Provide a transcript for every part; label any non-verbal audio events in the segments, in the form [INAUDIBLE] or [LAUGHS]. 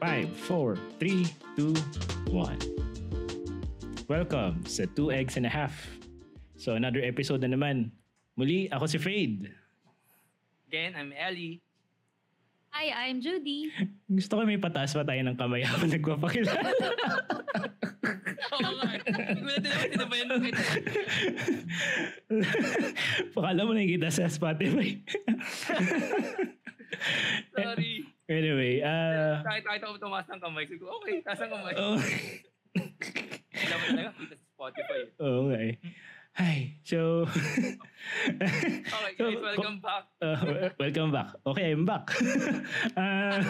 5, 4, 3, 2, 1. Welcome sa 2 Eggs and a Half. So another episode na naman. Muli, ako si Fade. Again, I'm Ellie. Hi, I'm Judy. Gusto ko may pataas pa tayo ng kamay ako [LAUGHS] nagpapakilala. Oo nga. Wala din ako tinabayan ng ito. Pakala mo nakikita sa Spotify. [LAUGHS] [LAUGHS] Sorry. anyway, ah... Kahit kahit ako tumaas ng kamay. Sabi ko, okay, taas ng kamay. oh, [LAUGHS] Wala mo talaga, kita sa Spotify. oh, okay. Hi. So, [LAUGHS] Okay, So, guys, welcome back. Uh, welcome back. Okay, I'm back. [LAUGHS] Ah,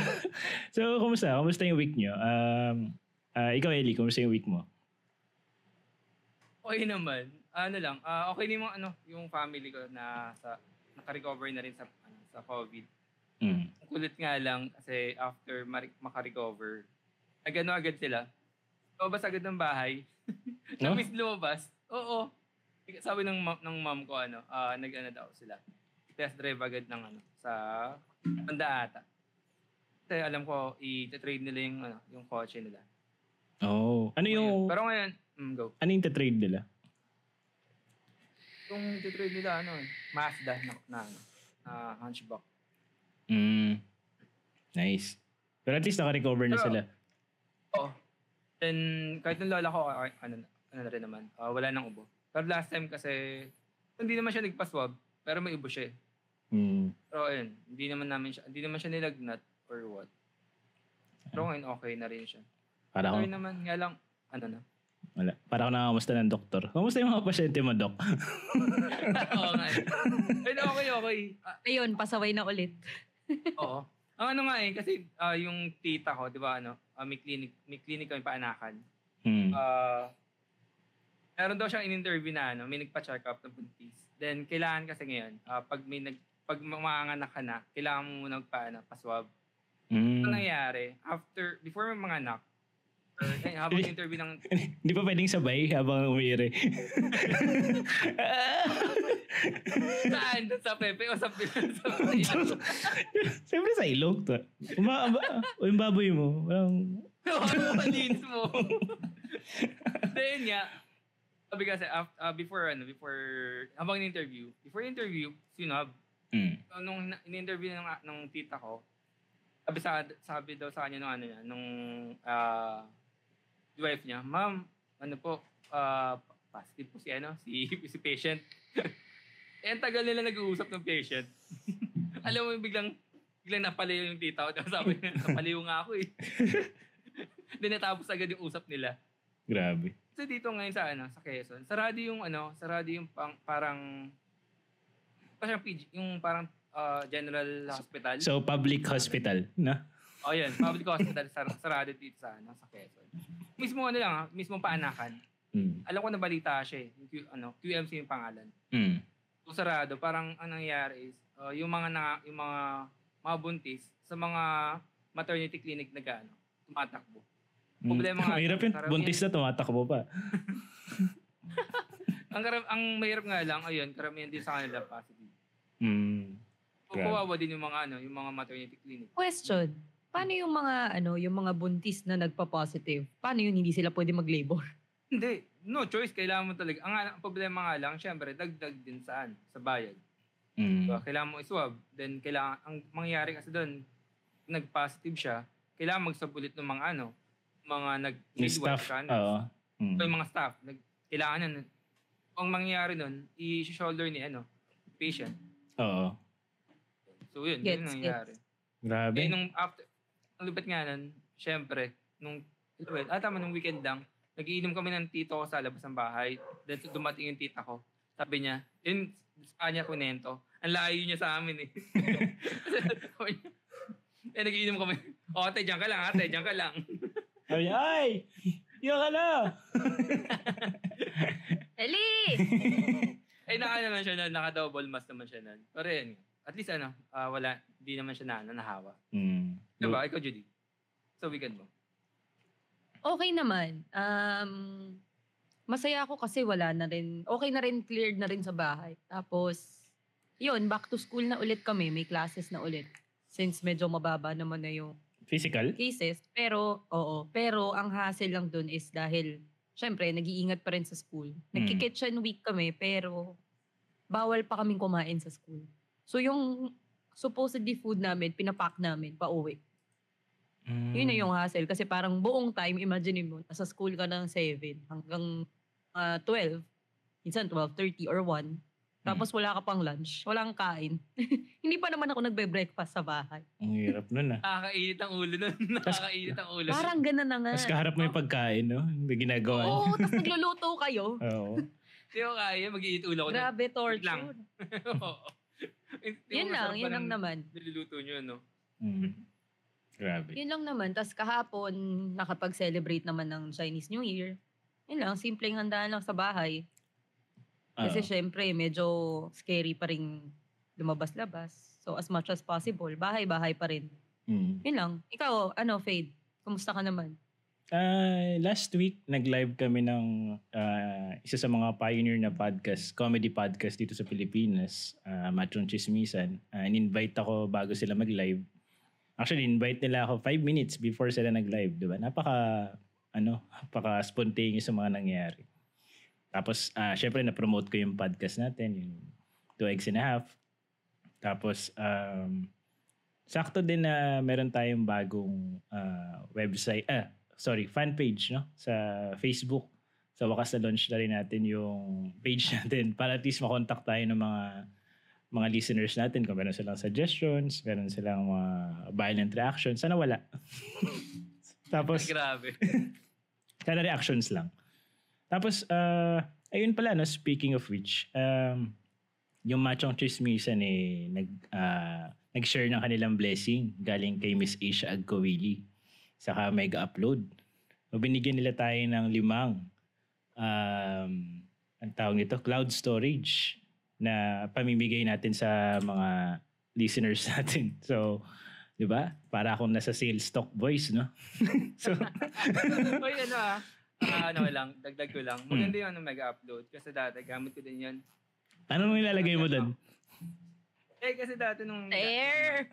so, kumusta? Kumusta yung week nyo? Um, ah, ikaw, Eli, kumusta yung week mo? Okay naman. Ano lang, ah, okay din yung, ano, yung family ko na sa, nakarecover na rin sa, ano, sa COVID. Mm. Ang kulit nga lang kasi after mari- makarecover, nagano agad sila. Lumabas agad ng bahay. No? Namiss lumabas. Oo. Sabi ng, ma- ng mom ko, ano, ah, nag-ano daw sila. Test drive agad ng ano, sa Honda ata. Kasi alam ko, i-trade nila yung, ano, yung kotse nila. Oh. Ano yung, Pero ngayon, mm, go. ano yung trade nila? Yung trade nila, ano, eh, Mazda na, na, ano, na hunchback. Mm. Nice. Pero at least naka-recover na Pero- sila. Oo. Oh. Then, kahit yung lola ko, ah, ano, ano na rin naman, ah, wala nang ubo. Pero last time kasi, hindi naman siya nagpaswab, pero may ubo siya eh. Mm. Pero ayun, hindi naman namin siya, hindi naman siya nilagnat or what. Pero ngayon, okay na rin siya. Para Okay ako, naman, nga lang, ano na. [LAUGHS] wala. Para ako nakakamusta ng doktor. Kumusta yung mga pasyente mo, Doc? Oo nga. eh. Ayun, okay, okay. Ah, Ayun, pasaway na ulit. oo. Ang ano nga eh, kasi ah, yung tita ko, di ba ano, ah, may clinic, may clinic kami paanakan. Mm. Ah, meron daw siyang in-interview na ano, may nagpa-check up ng buntis. Then kailangan kasi ngayon, ah, pag may nag pag mamanganak ka na, kailangan mo muna magpa, ano, paswab. Mm. Ano nangyari? After, before may manganak, or, eh, habang interview ng Hindi pa pwedeng sabay habang [LAUGHS] [LAUGHS] umiire. Saan? Doon Sa Pepe o sa Pilipinas? Siyempre sa ilog to. Uma, ba, o yung baboy mo. Walang, Ano ang linis mo? Then nga, sabi kasi, af- ah, before, ano, before, habang in-interview, before interview, sinab, mm. so, Oh, nung na- in-interview ng, ng tita ko, sabi, sa, sabi daw sa kanya nung ano niya, nung ah, wife niya, ma'am, ano po, ah, positive po si ano, si, [LAUGHS] si patient. eh, ang tagal nila nag-uusap ng patient. [LAUGHS] Alam mo, biglang, biglang napalayo yung tita ko. Tapos sabi niya, napalayo nga ako eh. [LAUGHS] Then natapos agad yung usap nila. Grabe. So dito ngayon sa ano, sa Quezon, sarado yung ano, sarado yung pang, parang parang PG, yung parang ah, general hospital. So, public hospital, na? oh, yun, public hospital sar- sarado dito sa ano, sa Quezon. Mismo ano lang, ah, mismo paanakan. Mm. Alam ko na balita siya eh, yung Q, ano, QMC yung pangalan. Mm. So sarado, parang ang nangyayari is ah, yung mga na, yung mga mga buntis sa mga maternity clinic na gaano, tumatakbo. Problema [LAUGHS] nga. Mahirap yun. Karamihan- Buntis na tumatakbo pa. Ang karam- ang mahirap nga lang, ayun, karamihan din sa kanila positive. Mm. Grabe. Kawawa din yung mga ano, yung mga maternity clinic. Question. Paano yung mga ano, yung mga buntis na nagpa-positive? Paano yun hindi sila pwede mag-labor? Hindi, no choice, kailangan mo talaga. Ang, ang problema nga lang, syempre, dagdag din saan? Sa bayad. Mm. Diba? Kailangan mo iswab. Then, kailangan, ang mangyayari kasi doon, nag-positive siya, kailangan magsabulit ng mga ano, mga nag Yung staff. midwife, ano, Oo. Mm. So, yung mga staff, nag, kailangan nun. Ang mangyayari nun, i-shoulder ni ano, patient. Oo. So, yun, yun Gets, ang nangyayari. Grabe. Eh, nung after, ang lupit nga nun, syempre, nung, well, ah, tama, nung weekend lang, nagiinom kami ng tito ko sa labas ng bahay. Then dumating yung tita ko. Sabi niya, yun, sa kanya kunento. Ang layo niya sa amin eh. [LAUGHS] Sabi niya, eh, nagiinom kami. O, ate, dyan ka lang, ate, dyan ka lang. Sabi niya, ay! Yung ano?" ka na! Eli! eh, naka naman siya nun, naka-double mask naman siya nun. Pero yun, at least ano, ah, wala, di naman siya na, ano, nahawa. Mm. Diba? Ikaw, Judy. Sa weekend mo. [LAUGHS] okay naman. Um, masaya ako kasi wala na rin. Okay na rin, cleared na rin sa bahay. Tapos, yun, back to school na ulit kami. May classes na ulit. Since medyo mababa naman na yung Physical? cases. Pero, oo. Pero ang hassle lang dun is dahil, syempre, nag-iingat pa rin sa school. Nagki-kitchen week kami, pero bawal pa kaming kumain sa school. So yung supposedly food namin, pinapack namin, pauwi. Mm, Yun Hmm. na yung hassle. Kasi parang buong time, imagine mo, nasa school ka ng 7 hanggang ah, 12. Minsan 12.30 or 1. Tapos wala ka pang lunch. Walang kain. [LAUGHS] Hindi pa naman ako nagbe-breakfast sa bahay. Ang hirap nun ah. Nakakainit ang ulo nun. [LAUGHS] Nakakainit ang ulo. Parang ganun na nga. Tapos kaharap mo yung pagkain, no? Yung ginagawa niyo. Oo, tapos nagluluto kayo. Oo. Hindi ko kaya, mag-iit ulo ko na. Grabe, Oh, Wait lang. torture. [LAUGHS] Oo. Hindi ko Yun lang, masarap yun pa lang ng naman. Niluluto nyo, no? Mm. Grabe. Yun lang naman. Tapos kahapon, nakapag-celebrate naman ng Chinese New Year. Yun lang, simpleng handaan lang sa bahay. Oo. Ah. Kasi syempre, medyo scary pa rin lumabas-labas. So as much as possible, bahay-bahay pa rin. Mm. Yun lang. Ikaw, ano, Fade? Kumusta ka naman? Ah, last week, nag-live kami ng ah, isa sa mga pioneer na podcast, comedy podcast dito sa Pilipinas, ah, Matron Chismisan. Ah, in-invite ako bago sila mag-live. Actually, invite nila ako five minutes before sila nag-live, di ba? Napaka, ano, napaka spontaneous sa mga nangyari. Tapos, ah, syempre, na-promote ko yung podcast natin, yung Two Eggs and a Half. Tapos, um, sakto din na meron tayong bagong ah, website, ah, sorry, fan page, no? Sa Facebook. Sa wakas na launch na rin natin yung page [LAUGHS] natin para at least makontakt tayo ng mga mga listeners natin kung meron silang suggestions, meron silang mga violent reactions. Sana wala. [LAUGHS] Tapos, Grabe. sana reactions lang. Tapos, ah, ayun pala, no, speaking of which, um, yung machong chismisan eh, nag, ah, nag-share ng kanilang blessing galing kay Miss Asia Agkawili. Saka mega-upload. So, binigyan nila tayo ng limang um, ang tawag nito, cloud storage na pamimigay natin sa mga listeners [LAUGHS] natin. So, di ba? Para akong nasa sales stock voice, no? [LAUGHS] so, Uy, ano ah. Ah, ano ko lang, dagdag ko lang. Maganda yun yung ano, mega-upload. Kasi dati, gamit ko din yun. anong nilalagay ano mo doon? Eh, kasi dati nung... Share!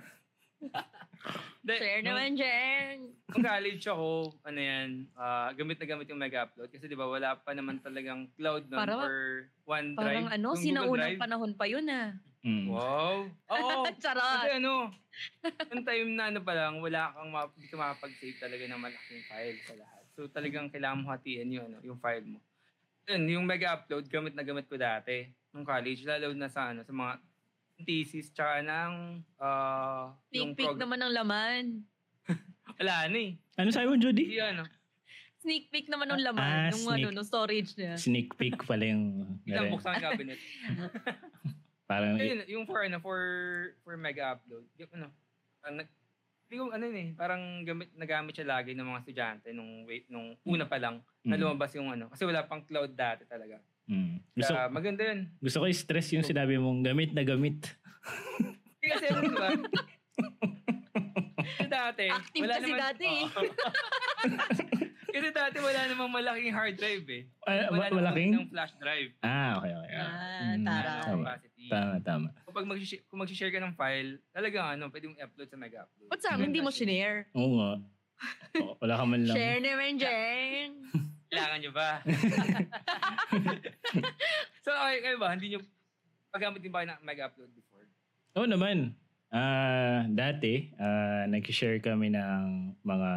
Hindi, Share nung- naman, Jen! Nung [LAUGHS] college ako, ano yan, ah, gamit na gamit yung mega-upload. Kasi di ba, wala pa naman talagang cloud nun Parang- or OneDrive. Parang ano, Yung Google sinaunang Drive. panahon pa yun ah. Mm. Wow. [LAUGHS] Oo. Kasi Charot! ano, yung time na ano pa lang, wala kang ma- hindi ka makapag-save talaga ng malaking file sa lahat. So talagang kailangan mo hatiin yun, ano, yung file mo. Yun, yung mega-upload, gamit na gamit ko dati nung college, lalo na sa ano, sa mga thesis, tsaka ng ah, yung Sneak peek prog- naman ng laman. Wala na eh. Ano sabi mo, Jody? Hindi ano, Sneak peek naman ng Ah, laman. nung ano, sneak- nung storage niya. Sneak peek pala yung... isang buksan ang cabinet. Parang... Ayun, yung for ano, for for mega upload. Yung ano, ah, nag- hindi ko ano yun eh, parang gamit nagamit siya lagi ng mga estudyante nung wait nung una pa lang na Mm, lumabas yung ano kasi wala pang cloud dati talaga. mm. Gusto, Kaya maganda yun. gusto ko i-stress yung sinabi mong gamit na gamit. Hindi kasi ano diba? kasi dati, Active wala kasi dati eh. Oo. [LAUGHS] kasi dati wala namang malaking hard drive eh. Ah, wa- namang malaking? ng flash drive. Ah, okay, okay. Ah, Mm, tara. Ano, Tama, capacity. tama, tama. Kapag mag-share, kung mag-share ka ng file, talagang ano, pwede mong i-upload sa mega upload. Ba't sa akin hindi mo Kasi- shinare? Oo nga. Oo, Wala ka man lang. Share naman, Jen! Kailangan nyo [LAUGHS] ba? [LAUGHS] so, okay, kayo ba? Hindi nyo, paggamit din ba kayo ng mag-upload before? Oo naman. Ah, dati, ah, nag-share kami ng mga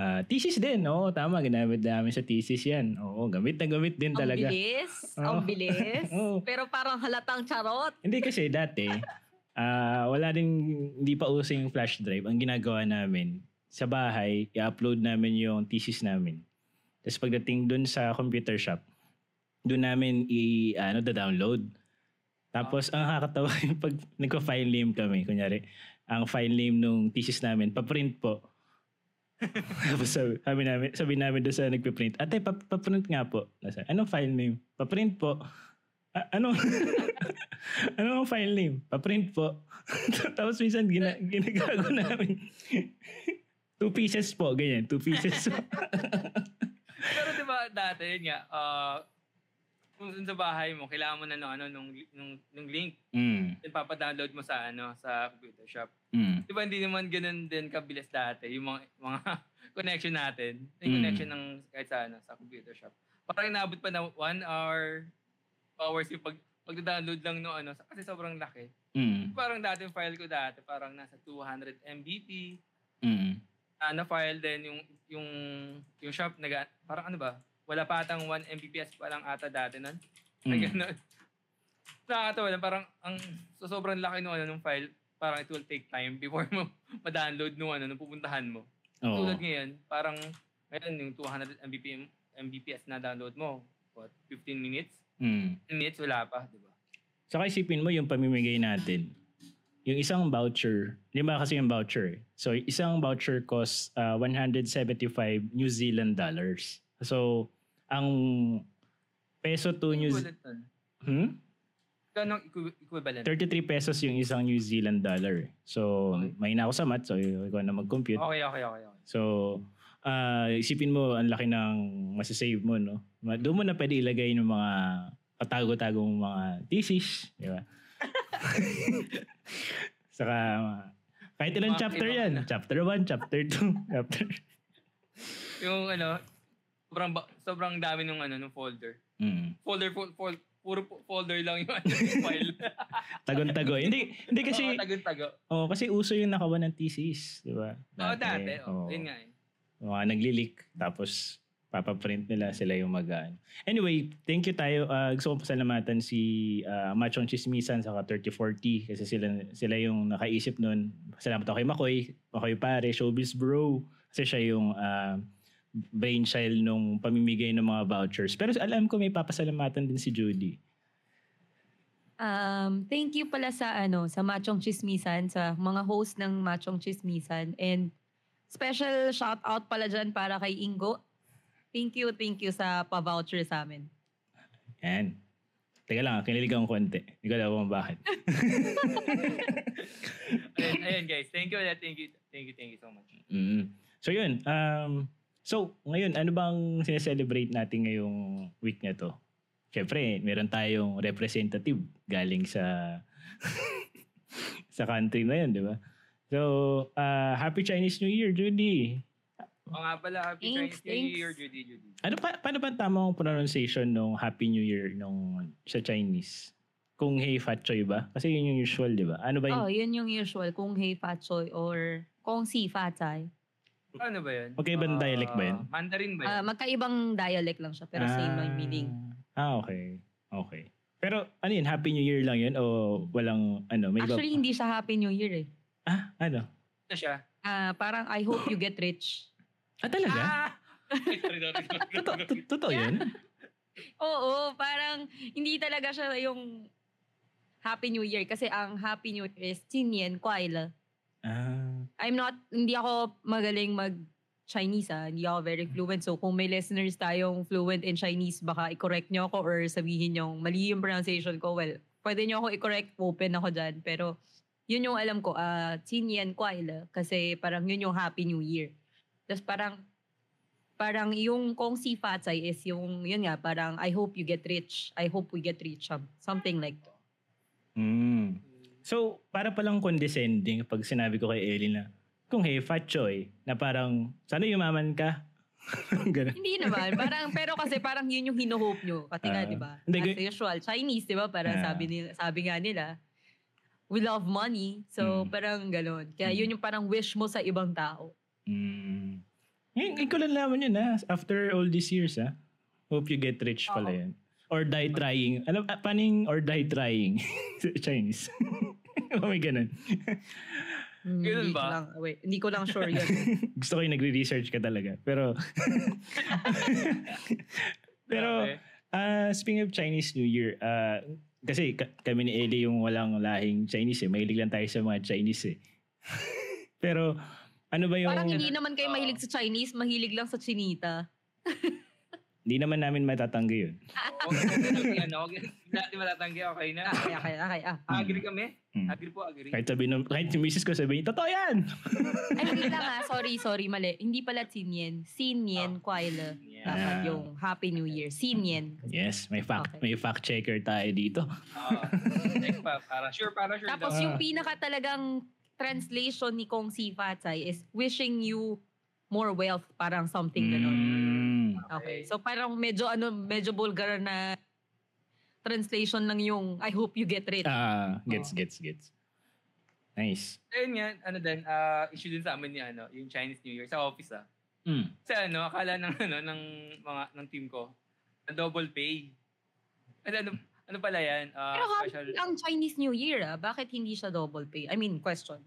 ah, thesis din. Oo, tama. Ginamit namin sa thesis yan. Oo, gamit na gamit din Ang [LAUGHS] talaga. Oh. bilis. Oo. Ang [LAUGHS] bilis. Oo. Pero parang halatang charot. Hindi kasi dati, ah, wala din, hindi pa uso yung flash drive. Ang ginagawa namin, sa bahay, i-upload namin yung thesis namin. Tapos pagdating dun sa computer shop, dun namin i, ano, da-download. Tapos ang nakakatawa [LAUGHS] yung pag nagpa-file name kami, kunyari, ang file name nung thesis namin, paprint po. [LAUGHS] Tapos sabi, sabi namin, sabi namin doon sa nagpiprint, ate, pa- paprint nga po. Nasa, anong file name? Paprint po. "A- ano? ano ang file name? Paprint po. [LAUGHS] Tapos minsan gina, ginagago namin. [LAUGHS] two pieces po, ganyan. [LAUGHS] Two pieces po. Pero di ba dati, yun nga, ah, kung sa bahay mo, kailangan mo na ng ano, nung, nung, nung link. Mm. Then papadownload mo sa ano sa computer shop. Mm. Di ba hindi naman ganun din kabilis dati yung mga, mga [LAUGHS] connection natin. Yung Mm. connection ng kahit sa ano, sa computer shop. Parang inabot pa na one hour, two hours yung pag, pagda-download lang no ano. Kasi sobrang laki. Mm. Parang dati yung file ko dati, parang nasa 200 MBP. Mm. Ah, na-file din yung yung yung shop nag parang ano ba? Wala pa atang 1 Mbps pa lang ata dati nun. Mm. Mm. Ganun. Nakakatawa lang, parang ang so sobrang laki nung ano nung file, parang it will take time before [LAUGHS] mo ma-download nung ano nung pupuntahan mo. Oo. Tulad ngayon, parang ngayon yung 200 Mbps Mbps na download mo, what 15 minutes? Mm. 10 minutes wala pa, di ba? Saka isipin mo yung pamimigay natin. Yung isang voucher, lima kasi yung voucher. eh. So, isang voucher costs uh, 175 New Zealand dollars. So, ang peso to New Zealand... Equivalent nun. Hmm? Ganong equi- equivalent. 33 pesos yung isang New Zealand dollar. eh. So, Okay. may na ako sa math, so ikaw na mag-compute. Okay, okay, okay. okay. So, ah, isipin mo, ang laki ng masasave mo, no? Ma- Doon mo na pwede ilagay ng mga patago-tagong mga thesis, di ba? [LAUGHS] Saka, mga- kahit ilang Mga chapter iba- yan. Chapter 1, chapter 2, [LAUGHS] chapter... Yung ano, sobrang ba- sobrang dami nung ano nung folder. Mm. Folder fol, fol, puro po- folder lang yung ano yung file. Tagon-tago. hindi, hindi [LAUGHS] kasi, Oo, tago-tago. oh, kasi uso yung nakawan ng thesis, di ba? Oo, dati. oo. Oh, Yun nga eh. mga nagli-leak tapos papaprint nila sila yung mag ano. Anyway, thank you tayo. Ah, gusto ko pasalamatan si ah, Machong Chismisan sa 3040 kasi sila sila yung nakaisip nun. Salamat ako kay Makoy, Makoy pare, Showbiz Bro. Kasi siya yung ah, brainchild nung pamimigay ng mga vouchers. Pero alam ko may papasalamatan din si Judy. Um, thank you pala sa ano sa Machong Chismisan, sa mga host ng Machong Chismisan and special shout out pala dyan para kay Ingo. Thank you, thank you sa pa-voucher sa amin. Yan. Teka lang, kinilig akong konti. Hindi ko alam kung bakit. Ayun, ayun guys. Thank you. ulit. Thank you. Thank you. Thank you so much. Mm. So yun, um, so ngayon, ano bang sineselebrate natin ngayong week na to? Siyempre, meron tayong representative galing sa [LAUGHS] sa country na yun, di ba? So, uh, Happy Chinese New Year, Judy! O nga pala, happy Chinese Thanks, New thanks. Year, Judy, Judy. Ano pa, paano ba ang tamang pronunciation ng Happy New Year nung sa Chinese? Kung hey fat choy ba? Kasi yun yung usual, di ba? Ano ba yung... Oh, yun yung usual kung hey fat choy or kung si fat chai. Ano ba yun? Magkaibang Ah, dialect ba yun? Mandarin ba Ah, yun? magkaibang dialect lang siya pero same lang yung meaning. Ah, okay. Okay. Pero ano yun, Happy New Year lang yun o walang ano, may iba- Actually, hindi siya Happy New Year eh. Ah, ano? Ano siya? Ah, parang I hope you get rich. Ah, talaga? Ah! Sorry, sorry, sorry, [LAUGHS] Totoo, sorry. to- totoo yun? Oo, parang hindi talaga siya yung Happy New Year kasi ang Happy New Year is Chinyen Kuaila. Ah, I'm not, hindi ako magaling mag Chinese ah. Hindi ako very fluent. So kung may listeners tayong fluent in Chinese, baka i-correct nyo ako or sabihin nyo mali yung pronunciation ko. Well, pwede nyo ako i-correct. Open ako dyan. Pero yun yung alam ko. ah Chinyen Kuaila. Kasi parang yun yung Happy New Year. Tapos parang parang yung kung si Fatsay is yung, yun nga, parang I hope you get rich. I hope we get rich. some- Something like that. mm. So, para palang condescending pag sinabi ko kay Ellie na, kung hey, fat choy, na parang, sana yumaman ka. [LAUGHS] Ganun. Hindi [LAUGHS] naman. Parang, pero kasi parang yun yung hinuhope nyo. Kasi nga, Ah. di ba? Hindi, As usual, Chinese, di ba? Parang Ah. sabi, nila, sabi nga nila, we love money. Mm. So, parang ganun. Kaya Mm. yun yung parang wish mo sa ibang tao. Mm. Ngayon, ikaw lang naman yun ha, after all these years ha. Hope you get rich pala Oo. yun. Or die trying. Alam, ah, paano yung or die trying? [LAUGHS] Sa Chinese. [LAUGHS] oh my ganun. Mm, Ganun hindi ko ba? lang, wait, hindi ko [LAUGHS] lang sure yun. Gusto ko yung nagre-research ka talaga. Pero, [LAUGHS] pero, Okay. Ah, speaking of Chinese New Year, ah, kasi ka- kami ni Ellie yung walang lahing Chinese eh. Mahilig lang tayo sa mga Chinese eh. [LAUGHS] Pero ano ba yung... parang hindi naman kayo Oo. mahilig sa Chinese, mahilig lang sa Chinita. Hindi naman namin matatanggi yun. Huwag na tatanggi, ano? Huwag na- Lahat yung matatanggi, okay na. Ah, kaya, kaya, kaya. [LAUGHS] Ah. Agree kami? Mm. Agree po, agree. Kahit sabi ng, kahit yung misis ko sabihin, totoo yan! ah. Ay, wait lang ha. Sorry, sorry, mali. Hindi pala Chinyen. Sinyen, Ah. Kuaila. Yan. Dapat Oh. Yeah. yung Happy New Year. Sinyen. Yes, may fact Okay. may fact checker tayo dito. Oo. Next pa, para sure, para sure. Ah. Tapos daw. yung pinaka talagang translation ni Kong Si Fatsai is wishing you more wealth, parang something ganun. Mm. Okay. So parang medyo ano, medyo vulgar na translation lang yung I hope you get rich. Ah, gets Oh. Oo. gets gets. Nice. Ayun nga, ano din, ah, issue din sa amin ni ano, yung Chinese New Year sa office ah. Mm. Kasi ano, akala ng ano ng mga ng team ko, na double pay. At ano, ano pala yan? ah, Pero happy special, ang Chinese New Year ah, bakit hindi siya double pay? I mean, question.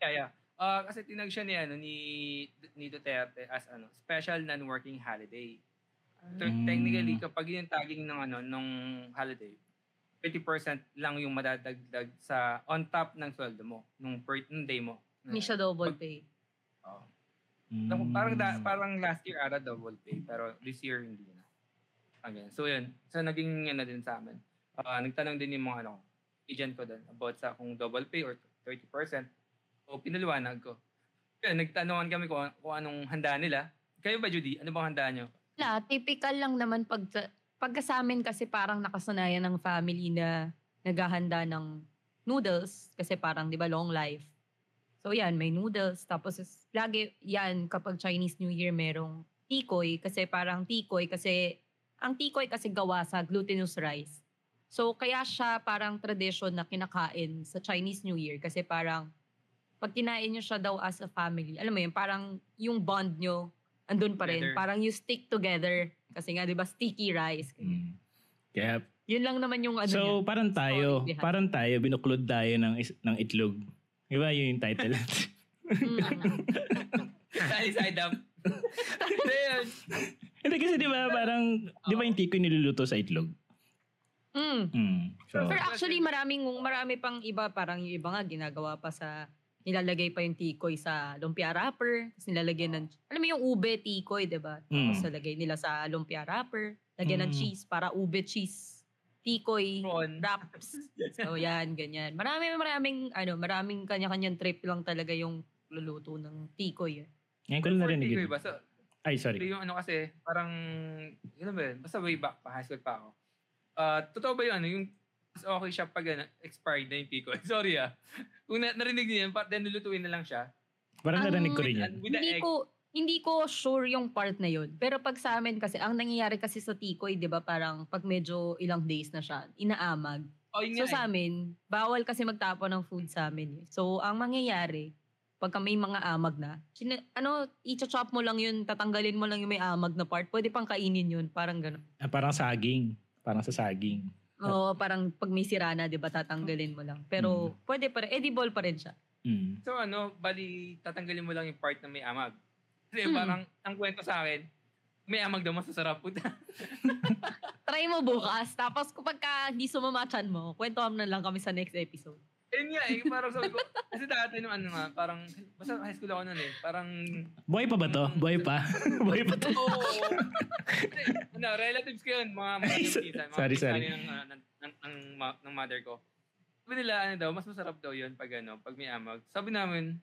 yeah, yeah. Ah, kasi tinag siya ni, ano, ni, ni Duterte as ano, special non-working holiday. So, Mm. technically, kapag yun yung tagging ng ano, nung holiday, 50% lang yung madadagdag sa on top ng sweldo mo, nung, per, nung day mo. Hindi siya double pay. Oo. Mm. Naku, Parang da- parang last year ara double pay pero this year hindi na. Ah, ganun. So yun. So naging ano din sa amin. Ah, nagtanong din yung mga ano, agent ko doon about sa kung double pay or 30%. O pinaliwanag ko. Kaya nagtanungan kami kung, kung anong handa nila. Kayo ba Judy? Ano bang handa nyo? [LAUGHS] Wala, typical lang naman pag pagka sa amin kasi parang nakasanayan ng family na naghahanda ng noodles kasi parang 'di ba long life. So yan, may noodles tapos is, lagi yan kapag Chinese New Year merong tikoy kasi parang tikoy kasi ang tikoy kasi gawa sa glutinous rice. So kaya siya parang tradition na kinakain sa Chinese New Year kasi parang pag kinain nyo siya daw as a family, alam mo yun, parang yung bond nyo andun pa rin. Together. Parang you stick together kasi nga 'di ba sticky rice. Mm. Kaya Yun lang naman yung ano so [LAUGHS] niya. parang tayo, Sorry, behind. parang tayo binuklod tayo ng is, ng itlog. Di ba yun yung title? [LAUGHS] Mm. Side side up. [LAUGHS] So, yun. Hindi kasi di ba parang, di ba yung tikoy niluluto sa itlog? Mm. Mm. So, Pero actually maraming marami pang iba parang yung iba nga ginagawa pa sa nilalagay pa yung tikoy sa lumpia wrapper, tapos nilalagyan ng alam mo yung ube tikoy, 'di ba? Mm. Tapos nilagay nila sa lumpia wrapper, lagyan ng Mm. cheese para ube cheese tikoy Prawn. wraps. [LAUGHS] So yan, ganyan. Marami maraming ano, maraming kanya-kanyang trip lang talaga yung luluto ng tikoy. eh. ngayon ko lang narinig Tikoy yun. ba? So, Ay, sorry. yung ano kasi, parang, yun ba yun? Basta way back pa, high school pa ako. Ah, totoo ba yun? Ano, Yung mas okay siya pag ano, expired na yung pico. [LAUGHS] Sorry ah. Kung na, narinig niyo yun, pa- then lulutuin na lang siya. Parang Ang- narinig ko rin yan. And with the hindi egg, ko hindi ko sure yung part na yun. Pero pag sa amin kasi, ang nangyayari kasi sa tikoy, di ba, parang pag medyo ilang days na siya, inaamag. oh, yun So nga, sa amin, bawal kasi magtapon ng food sa amin. eh. So ang mangyayari, pagka may mga amag na, sina- ano, i-chop mo lang yun, tatanggalin mo lang yung may amag na part. Pwede pang kainin yun, parang gano'n. Ah, parang saging. Parang sa saging. Ah. Oo, parang pag may sira na, di ba, tatanggalin mo lang. Pero Mm-hmm. pwede pa rin, edible pa rin siya. Mm. eh. So ano, bali, tatanggalin mo lang yung part na may amag. Kasi Hmm. parang, ang kwento sa akin, may amag daw masasarap po. Try mo bukas, tapos kapag ka hindi sumamachan mo, kwentuhan na lang kami sa next episode. [LAUGHS] Yun nga eh, parang sabi ko, kasi dati nung ano nga, parang, basta high school ako nun eh, parang, Boy pa ba to? Boy pa? [LAUGHS] Boy pa to? oo, oo. Kasi, ano, relatives ko yun, mga mga Ay, so- pinsan, mga sorry, pinsan sorry. Ng, ah, ng, ng, ng, ma- ng mother ko. Sabi nila, ano daw, mas masarap daw yun pag ano, pag may amag. Sabi namin,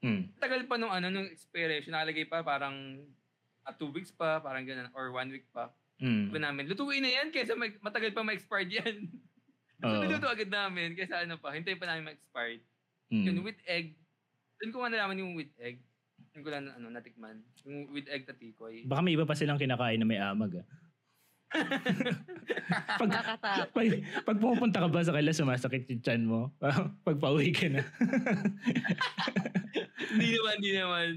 Mm. tagal pa nung ano, nung expiration, nakalagay pa parang at two weeks pa, parang ganun, or one week pa. Mm. Sabi namin, lutuin na yan kaysa mag, matagal pa ma-expired yan. [LAUGHS] Oo. Sabi luto agad namin kaysa ano pa, hintayin pa namin ma-expired. Mm. Yun, with egg. Doon ko nga nalaman yung with egg. Doon ko lang ano, natikman. Yung with egg na tikoy. Baka may iba pa silang kinakain na may [LAUGHS] amag ah. pag, Nakakatawa. pag, pag pumupunta ka ba sa kanila, sumasakit yung chan mo? [LAUGHS] pag pauwi ka na. Hindi naman, hindi naman.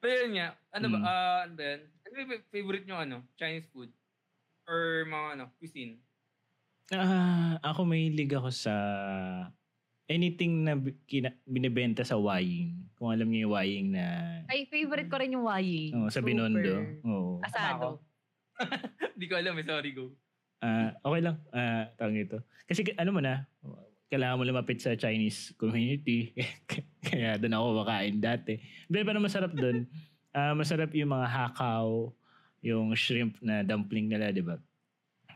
Pero yun nga, ano ba, Mm. ah, ano ba yan? Ano yung fa- favorite nyo ano, Chinese food? Or mga ano, cuisine? [LAUGHS] Ah, ako may hilig ako sa anything na bi- kina, binibenta sa waying. Kung alam niyo yung waying na Ay, favorite ko rin yung Wayi. oh, sa Binondo. Oo. Asado. Hindi ko alam eh, sorry go. Ah, okay lang. Ah, tawag nito. Kasi k- alam mo na, kailangan mo lumapit sa Chinese community. [LAUGHS] Kaya doon ako makain dati. Pero parang masarap doon. Ah, masarap yung mga hakaw, yung shrimp na dumpling nila, di ba?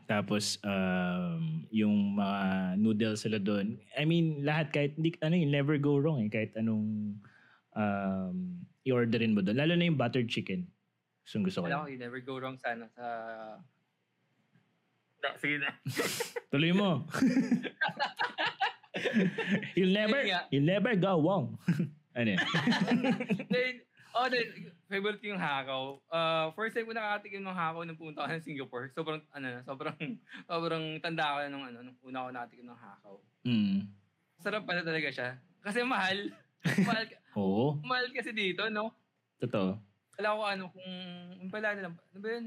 Tapos, um, yung mga noodles sila doon. I mean, lahat kahit, hindi, ano yun, never go wrong eh. Kahit anong um, i-orderin mo doon. Lalo na yung buttered chicken. Gustong gusto ko. Alam ko, yun. you never go wrong sana sa... Ah, Sige na. Tuloy mo. you'll never, Yun nga. you'll never go wrong. [LAUGHS] ano yun? [LAUGHS] then, oh, then, favorite ko yung hakaw. Uh, first time ko nakatikim ng hakaw nung punta ko ng Singapore. Sobrang, ano, sobrang, [LAUGHS] sobrang tanda ko na nung, ano, nung una ko nakatikim ng hakaw. Mm. Sarap pala talaga siya. Kasi mahal. mahal, Oo, mahal kasi dito, no? totoo. Wala ko ano kung, yung pala na lang, ano ba yun?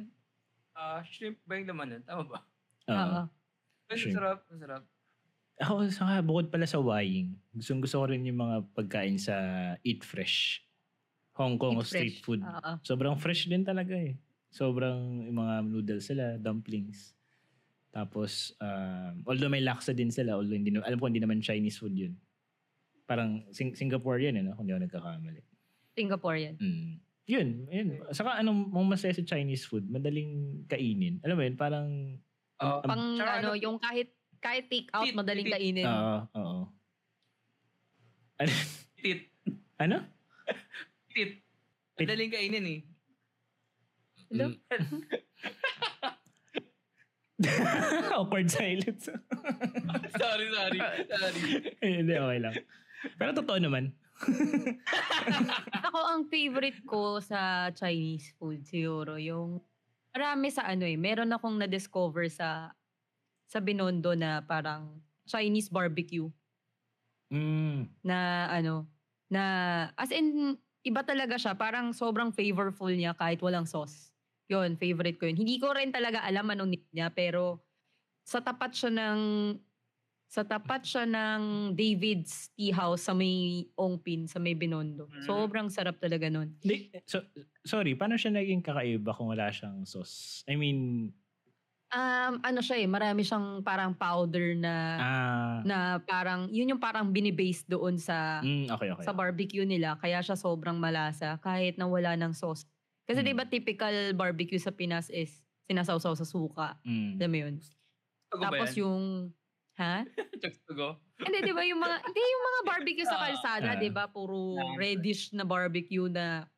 Ah, shrimp ba yung laman nun? Tama ba? Oo. Oo. Ang Shrimp. sarap, ang sarap. Ah. Ako, sa nga, bukod pala sa whying, gustong gusto ko rin yung mga pagkain sa Eat Fresh. Hong Kong o Eat fresh. Ah. street food. Oo. Sobrang fresh din talaga eh. Sobrang yung mga noodles sila, dumplings. Tapos, um, although may laksa din sila, although hindi, na- alam ko hindi naman Chinese food yun. Parang Sing- Singaporean, ano? Kung hindi ako nagkakamali. Singapore yan. Mm. Yun, yun. Saka anong mong masaya sa Chinese food, madaling kainin. Alam mo yun, parang, Oo. Ang- Pang Tsaka ano, ano- yung kahit kahit take out, Tit- madaling tit- kainin. oo, ah, oo. Ano? [LAUGHS] tit. ano? [LAUGHS] Tit. Tit. Ang daling kainin eh. Hello? Mm. Awkward silence. [LAUGHS] [LAUGHS] sorry, sorry. Sorry. Eh, Hindi, okay lang. Pero totoo naman. Ako ang favorite ko sa Chinese food siguro yung marami sa ano eh, meron akong na-discover sa sa Binondo na parang Chinese barbecue Mm. na ano na as in iba talaga siya, parang sobrang flavorful niya kahit walang sauce. 'Yon, favorite ko 'yun. Hindi ko rin talaga alam anong name niya pero sa tapat siya ng sa tapat siya ng David's Tea House sa may Ongpin, sa may Binondo. Mm. Sobrang sarap talaga nun. Di, so, sorry, paano siya naging kakaiba kung wala siyang sauce? I mean, Um, ano siya eh, marami siyang parang powder na ah, na parang yun yung parang binibase doon sa mm, okay, okay. sa barbecue nila kaya siya sobrang malasa kahit na wala ng sauce. Mm. Kasi 'di ba typical barbecue sa Pinas is sinasawsaw sa suka. Mm. Alam mo yun? Tugo ba Tapos yan? yung ha? Chokes tugo. Hindi 'di ba yung mga hindi yung mga barbecue sa Ah, kalsada, ah. 'di ba? Puro Ah. reddish na barbecue na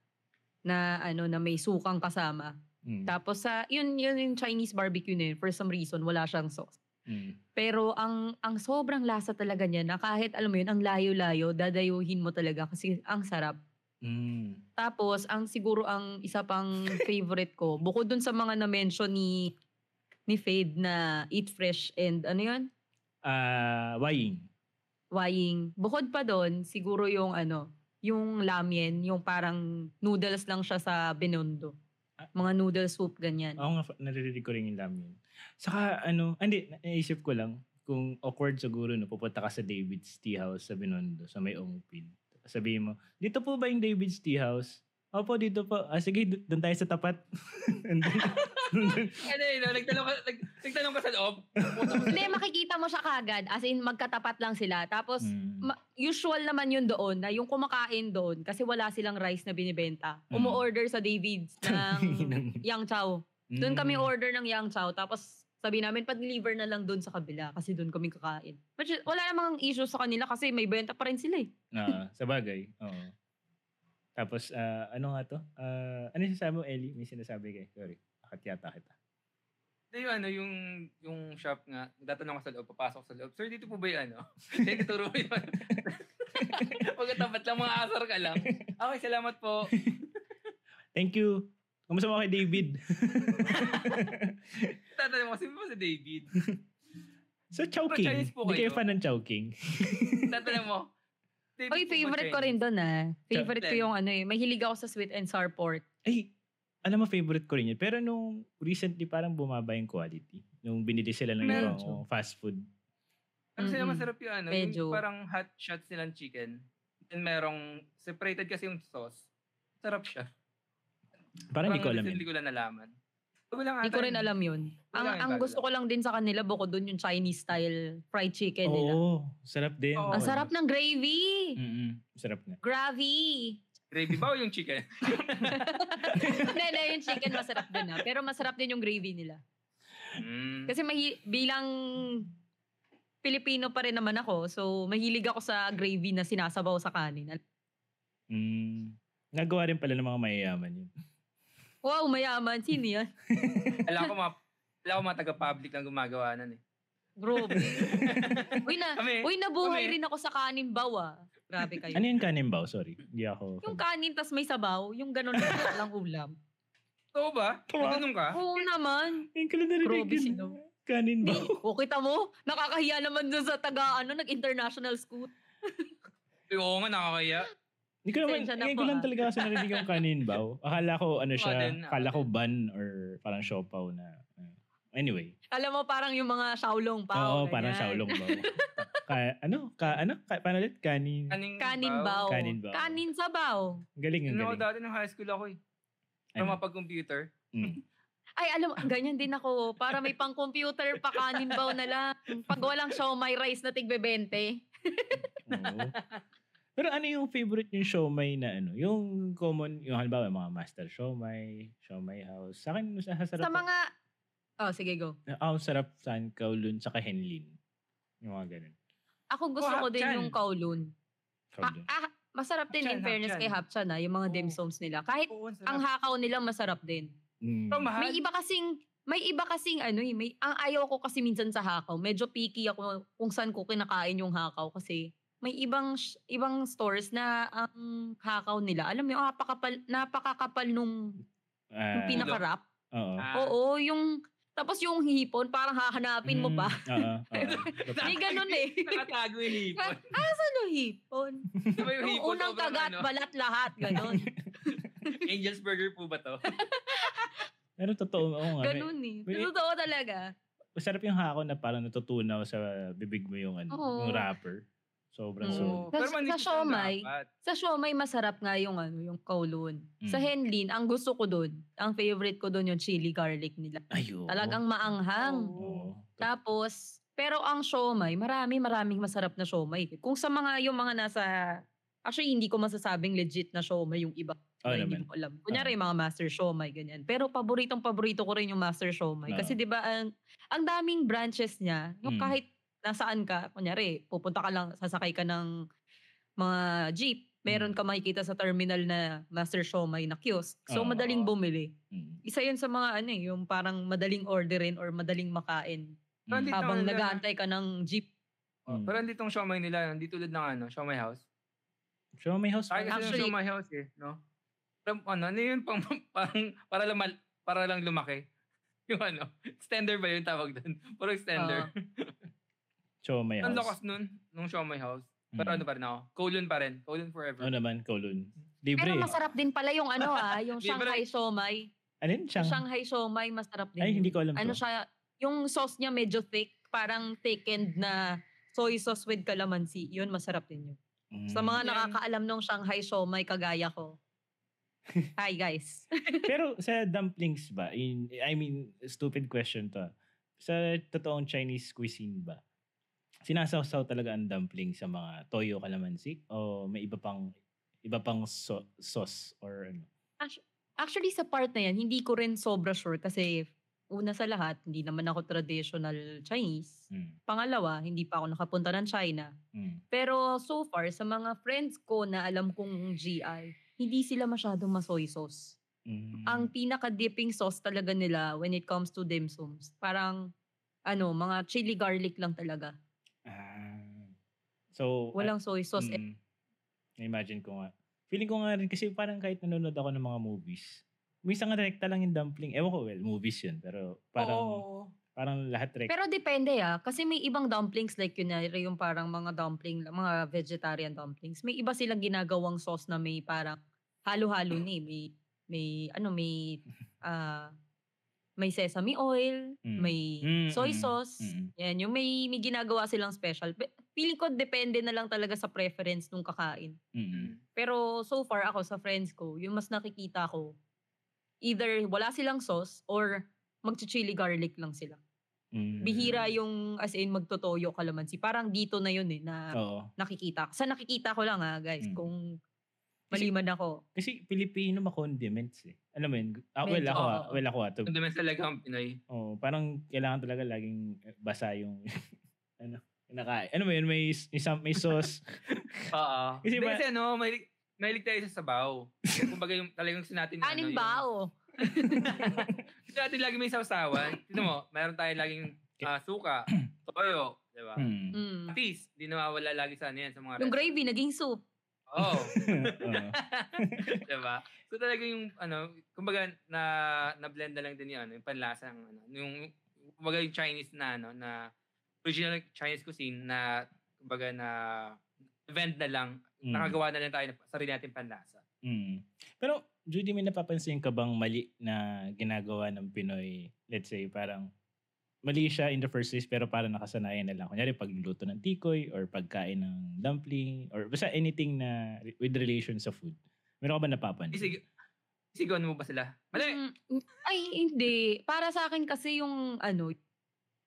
na ano na may sukang kasama. Mm. Tapos sa yun yun yung Chinese barbecue na yun, for some reason wala siyang sauce. Mm. Pero ang ang sobrang lasa talaga niya na kahit alam mo yun, ang layo-layo, dadayuhin mo talaga kasi ang sarap. Mm. Tapos, ang siguro ang isa pang favorite ko, bukod dun sa mga na-mention ni ni Fade na Eat Fresh and ano yun? Ah, whying. Waying. Bukod pa dun, siguro yung ano, yung lamien, yung parang noodles lang siya sa Binondo. Mga noodle soup, ganyan. Ako nga, fa- naririnig ko rin yung lamb yun. Saka ano, ah, hindi, naisip ko lang, kung awkward siguro no, pupunta ka sa David's Tea House sa Binondo, sa may Ongpin. Sabihin mo, dito po ba yung David's Tea House? Opo, dito po. Ah, sige, d- doon tayo sa tapat. [LAUGHS] And then- Ano yun, no? nagtanong ka, nag, nagtanong ka sa [LAUGHS] loob. Hindi, makikita mo siya kagad. As in, magkatapat lang sila. Tapos, Mm. ma- usual naman yun doon na yung kumakain doon kasi wala silang rice na binibenta. Mm. Umu-order sa David's [LAUGHS] ng Yang Chow. Doon um, kami Mm. order ng Yang Chow tapos sabi namin pa-deliver na lang doon sa kabila kasi doon kami kakain. Which is, wala namang issue sa kanila kasi may benta pa rin sila eh. Ah, sa bagay. Oo. Tapos, ah, ano nga to? Ah, ano yung sinasabi mo, Ellie? May sinasabi kay. Sorry. Akat yata kita. Hindi yung ano, yung, yung shop nga, nagtatanong ka sa loob, papasok sa loob. Sir, dito po ba yung ano? [LAUGHS] Then ituro mo yun. [LAUGHS] Pagkatapat lang, mga asar ka lang. Okay, salamat po. Thank you. Kumusta mo kay David? [LAUGHS] Tatanong ko, sino ba si David? So, Chowking. Chinese po Hindi kayo kayo? fan ng Chowking. Tatanong mo. David Oy, po ba favorite ko Chinese? rin doon ah. Favorite ko Chocolate. yung ano eh. Mahilig ako sa sweet and sour pork. Ay, alam mo, favorite ko rin yun. Pero nung recently, parang bumaba yung quality. Nung binili sila ng Medyo. yung fast food. Kasi Mm-mm. naman sarap yung ano, Medyo. yung parang hot shots nilang chicken. And merong, separated kasi yung sauce. Sarap siya. Parang hindi ko alam Hindi yun. ko lang nalaman. Wag lang Hindi ata ko rin yun. alam yun. Ang, Wala yun, ang bago gusto lang. ko lang din sa kanila bukod doon yung Chinese style fried chicken nila. Oo, sarap din. Oo. Ang sarap ng gravy! Mm-mm, sarap nga. Gravy! Gravy ba o yung [LAUGHS] chicken? Hindi, hindi, yung chicken masarap din ah. Pero masarap din yung gravy nila. Mm. Kasi mahi- bilang Pilipino pa rin naman ako, so mahilig ako sa gravy na sinasabaw sa kanin. Mm. Nagawa rin pala ng mga mayayaman yun. Wow, mayaman. Sino yan? Alam ko mga, alam ko mga taga-public lang gumagawa nun eh. [LAUGHS] Grabe. uy, na, Kami, uy, nabuhay Kami. rin ako sa kanin baw ah. Grabe kayo. Ano yung kaninbaw? Sorry. Hindi ako... Yung kanin tas may sabaw, yung ganun lang walang ulam. totoo ba? Tama. Ganun ka? Oo naman. Yung kala narinig Grabe yun. sinaw. Di, Kaninbaw. o kita mo, nakakahiya naman dun sa taga, ano, nag-international school. Uy, Oo nga, nakakaya. Hindi ko naman, Pasensya na ngayon po, ah. ko lang ha? talaga kasi narinig yung kaninbaw. Akala ko ano siya, Ako din, ako akala ko ban or parang siopaw na. uh, Anyway. Alam mo, parang yung mga Shaolong Oo, Pao. parang ganyan. shaolong bao. [LAUGHS] ka, ano? Ka, ano? Ka, paano ulit? Kanin. Kaning Kanin bao. baw. Kanin bao. Kanin sabaw. Ang galing, ang Ano ako galing. dati ng high school ako eh. Ano? Ano? mapag-computer. Mm. Ay, alam, ganyan din ako. Para may pang-computer, pa kanin baw na lang. Pag walang show, may rice na tigbebente. Oo. Pero ano yung favorite yung showmay na ano? Yung common, yung halimbawa mga master showmay, showmay house. Sa akin, mas sarap. Sa mga... Oh, sige, go. Ah, ang sarap San Kowloon saka Henlin. Yung mga ganun. Ako gusto Oh, ko din Hapchan. yung Kowloon. Ah, Kowloon. ah, masarap din in Hapchan, fairness Hapchan. kay Hapchan na yung mga Oo. dim sums nila. Kahit Oo, Oh. sarap. ang hakaw nila masarap din. Mm. Pero mahal. May iba kasing may iba kasing ano eh, may ang ayaw ko kasi minsan sa hakaw. Medyo picky ako kung saan ko kinakain yung hakaw kasi may ibang sh- ibang stores na ang hakaw nila. Alam mo, yung napakapal napakakapal nung, nung Ah, pinakarap. Oo. Ah, Oo, yung tapos yung hipon parang hahanapin mo Mm, [LAUGHS] pa. [LAUGHS] Oo. oo. May ganun eh. [LAUGHS] Nakatago Hmm. yung hipon. Asan yung hipon? Di ba yung Yung hipon? unang sobrang kagat, ano? balat lahat, [LAUGHS] ganun. Angel's Burger po [LAUGHS] ba to? Pero totoo, oo nga. Ganun. Ganun eh. may- Totoo talaga. Masarap yung hako na parang natutunaw sa bibig mo yung, ano, Oo. yung wrapper. Sobrang Oo. solid. Sa- sa manipis lang siomay, dapat. Sa Siomay, masarap nga yung ano, yung kowloon. Mm. Sa Hmm. Henlin, ang gusto ko doon, ang favorite ko doon yung chili garlic nila. Ayun. Talagang maanghang. Oo. Tapos, pero ang siomay, marami maraming masarap na siomay. Kung sa mga yung mga nasa Actually, hindi ko masasabing legit na siomay yung iba. Oo na naman. Hindi ko alam. Ah. Kunyari, yung mga master siomay, ganyan. Pero paboritong paborito ko rin yung master siomay. Kasi Oo. di ba, ang, ang daming branches niya. Yung Mm. kahit nasaan ka, kunyari, pupunta ka lang, sasakay ka ng mga jeep. Meron Mm. ka makikita sa terminal na master siomay na kiosk. So, Ah, Oo. madaling bumili. Mm. Isa yun sa mga ano eh, yung parang madaling orderin or madaling makain. Mm. Pero dito Habang nila- nag-aantay ka ng jeep. Oh, Mm. Pero andito ang siomay nila, hindi tulad ng ano, siomay house. So, Mm. may house Ay, kasi Actually- yung siomay house eh, no? Pero ano, ano yun, pang, pang, para, lang, mal- para lang lumaki. [LAUGHS] Yung ano, extender ba yung tawag doon? [LAUGHS] Puro extender. Ah. So, may house. ang lakas nun, nung siomay house. Mm. Pero Ano? ano pa rin ako, colon pa rin, colon forever. Oo naman, Kowloon. Libre. Pero eh. masarap din pala yung ano ah, [LAUGHS] yung Libre. Shanghai siomay. Alin? Yung Shanghai? Shanghai siomay, masarap din. Ay, yun. hindi ko alam Ano to. siya, yung sauce niya medyo thick, parang thickened na soy sauce with calamansi. Yun, masarap din yun. Mm. Sa mga Yan. nakakaalam ng Shanghai siomay, kagaya ko. Hi guys. [LAUGHS] Pero sa dumplings ba? In, I mean, stupid question to. ah. Sa totoong Chinese cuisine ba? Sinasawsaw talaga ang dumpling sa mga toyo kalamansi o may iba pang iba pang so- sauce or ano? Actually, sa part na yan, hindi ko rin sobra sure kasi una sa lahat, hindi naman ako traditional Chinese. Mm. Pangalawa, hindi pa ako nakapunta ng China. Mm. Pero so far, sa mga friends ko na alam kong GI, hindi sila masyadong masoy sauce. Mm. ang pinaka-dipping sauce talaga nila when it comes to dim sums. Parang, ano, mga chili garlic lang talaga. Ah. so Walang soy sauce. Eh, Mm. imagine ko nga. Feeling ko nga rin kasi parang kahit nanonood ako ng mga movies, minsan nga direkta lang yung dumpling. Ewan ko, well, movies yun. Pero parang, parang lahat direct. Pero depende ah. Kasi may ibang dumplings like yun na yung parang mga dumpling, mga vegetarian dumplings. May iba silang ginagawang sauce na may parang halo-halo ni. May, may, ano, may, ah, may sesame oil, Mm. may Mm, soy mm, sauce. mm. Yan, yung may, may ginagawa silang special. Pe- Feeling ko depende na lang talaga sa preference nung kakain. Mm-mm. Pero so far ako sa friends ko, yung mas nakikita ko, either wala silang sauce or magchichili garlic lang sila. Mm. Hmm. Bihira yung as in magtotoyo kalamansi. Parang dito na yun eh na Ah. Oo. nakikita. Sa nakikita ko lang ha guys Hmm. Mm. kung Kasi- maliman ako. Kasi Pilipino ma-condiments eh. Alam mo yun? Ah, well, Medyo, ako, ah, oo. well, ako ah, to, Ang dami talaga ang Pinoy. oh, parang kailangan talaga laging eh, basa yung [LAUGHS] ano, kinakain. Ano mo yun? May, s- may, sam- may [LAUGHS] sauce. Oo. [LAUGHS] Kasi Kasi, ba- [LAUGHS] kasi ano, mahilig, mahilig tayo sa sabaw. Kumbaga yung talagang sinatin na Kanin yung- ba o? Kasi dati lagi may sausawan. Tignan mo, meron tayo laging ah, [CLEARS THROAT] suka, toyo, di ba? Hmm. Mm. Patis, di nawawala lagi sa ano yan, sa mga Yung restaurant. gravy, naging soup. Oo, [LAUGHS] Mm. [LAUGHS] Oo. Mm. di ba? So talaga yung, ano, kumbaga, na, na-blend na lang din yung, ano, yung panlasa ng, ano, yung, kumbaga yung Chinese na, ano, na, original Chinese cuisine na, kumbaga, na, event na lang, Hmm. nakagawa na lang tayo ng sarili natin panlasa. Mm. Pero Judy, may napapansin ka bang mali na ginagawa ng Pinoy? Let's say parang mali siya in the first place pero parang nakasanayan na lang. Kunyari pagluluto ng tikoy or pagkain ng dumpling or basta anything na re- with relation sa food. Meron ka ba napapansin? Isig, isigawan mo ba sila? Mali! Mm, Ay, hindi. Para sa akin kasi yung ano,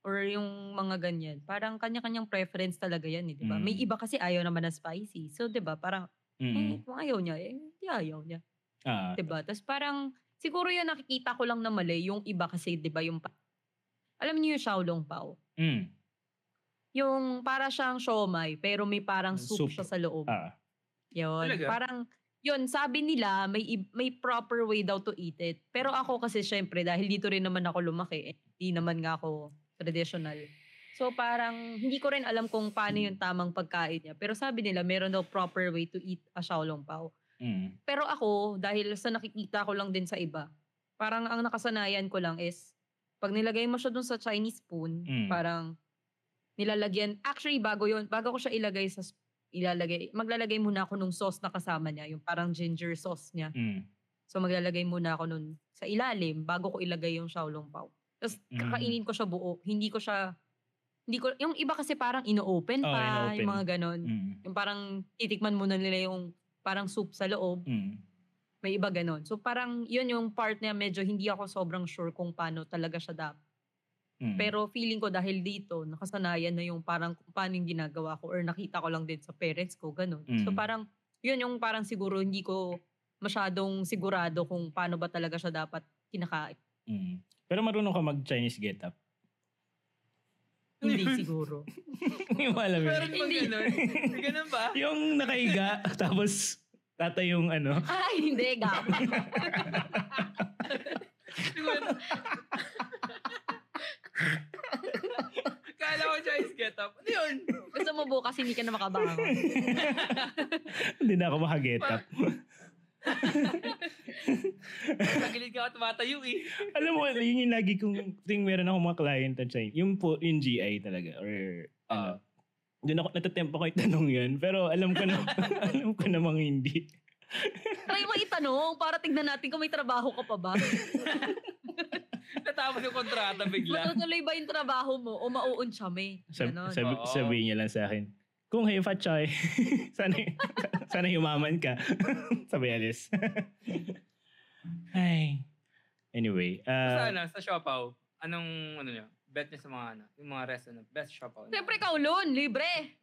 or yung mga ganyan, parang kanya-kanyang preference talaga yan eh, di ba? May Mm. Hmm. iba kasi ayaw naman na spicy. So, di ba, parang, eh, Mm. kung ayaw niya, eh, di ayaw niya. Ah, 'di ba? Tapos parang siguro 'yun nakikita ko lang na mali yung iba kasi 'di ba yung pa- Alam niyo yung Xiaolong Pao? mm. Yung para siyang siomai pero may parang Mm, soup, soup. siya sa loob. Ah. 'Yun. Talaga? Parang 'yun, sabi nila may ib- may proper way daw to eat it. Pero ako kasi syempre dahil dito rin naman ako lumaki, eh, hindi naman nga ako traditional. So parang hindi ko rin alam kung paano Mm. yung tamang pagkain niya. Pero sabi nila meron daw proper way to eat a Xiaolong Pao. Mm. Pero ako, dahil sa nakikita ko lang din sa iba, parang ang nakasanayan ko lang is, pag nilagay mo siya dun sa Chinese spoon, Mm. parang nilalagyan, actually bago yon bago ko siya ilagay sa, sp- ilalagay, maglalagay muna ako nung sauce na kasama niya, yung parang ginger sauce niya. Mm. So maglalagay muna ako nun sa ilalim bago ko ilagay yung Shaolong Pao. Tapos Mm. kakainin ko siya buo, hindi ko siya, hindi ko, yung iba kasi parang Oh, ino-open pa, ino-open. yung mga ganon. Mm. Yung parang titikman muna nila yung parang soup sa loob, Mm. may iba ganon. So parang yun yung part na medyo hindi ako sobrang sure kung paano talaga siya dapat. Mm. Pero feeling ko dahil dito, nakasanayan na yung parang kung paano yung ginagawa ko or nakita ko lang din sa parents ko, ganon. Mm. So parang yun yung parang siguro hindi ko masyadong sigurado kung paano ba talaga siya dapat kinakain. Mm. Pero marunong ka mag-Chinese [LAUGHS] get-up. Hindi siguro. Yung alam mo yun. Meron ba Mm. Hindi. ganun? May ganun ba? Yung nakaiga, [LAUGHS] tapos tata yung ano. Ay, hindi, gap. Kala ko Chinese get up. Ano yun? Gusto mo bukas hindi ka na makabangon. [LAUGHS] Hindi na ako makaget up. Pagilid ka ako tumatayo eh. Alam mo, yun yung lagi kong thing meron ako mga client at China. Yung po, yung GI talaga. Or, ano. Ah. Doon ako, natatempo ko itanong yan. Pero alam ko na, [LAUGHS] alam ko namang hindi. Try mo itanong para tignan natin kung may trabaho ka pa ba. Natapos yung kontrata [LAUGHS] bigla. Matutuloy ba yung trabaho mo o mauunsyame? Sab, Ganon. sabi, Oo. sabihin niya lang sa akin, kung hey fat choy, [LAUGHS] sana, sana yumaman ka. [LAUGHS] sabi Alice. Ay. Anyway. sa Uh, ano, sa Siopaw, anong ano niya? Bet niya sa mga ano, yung mga rest ano, best Siopaw. Siyempre, kaulon, libre.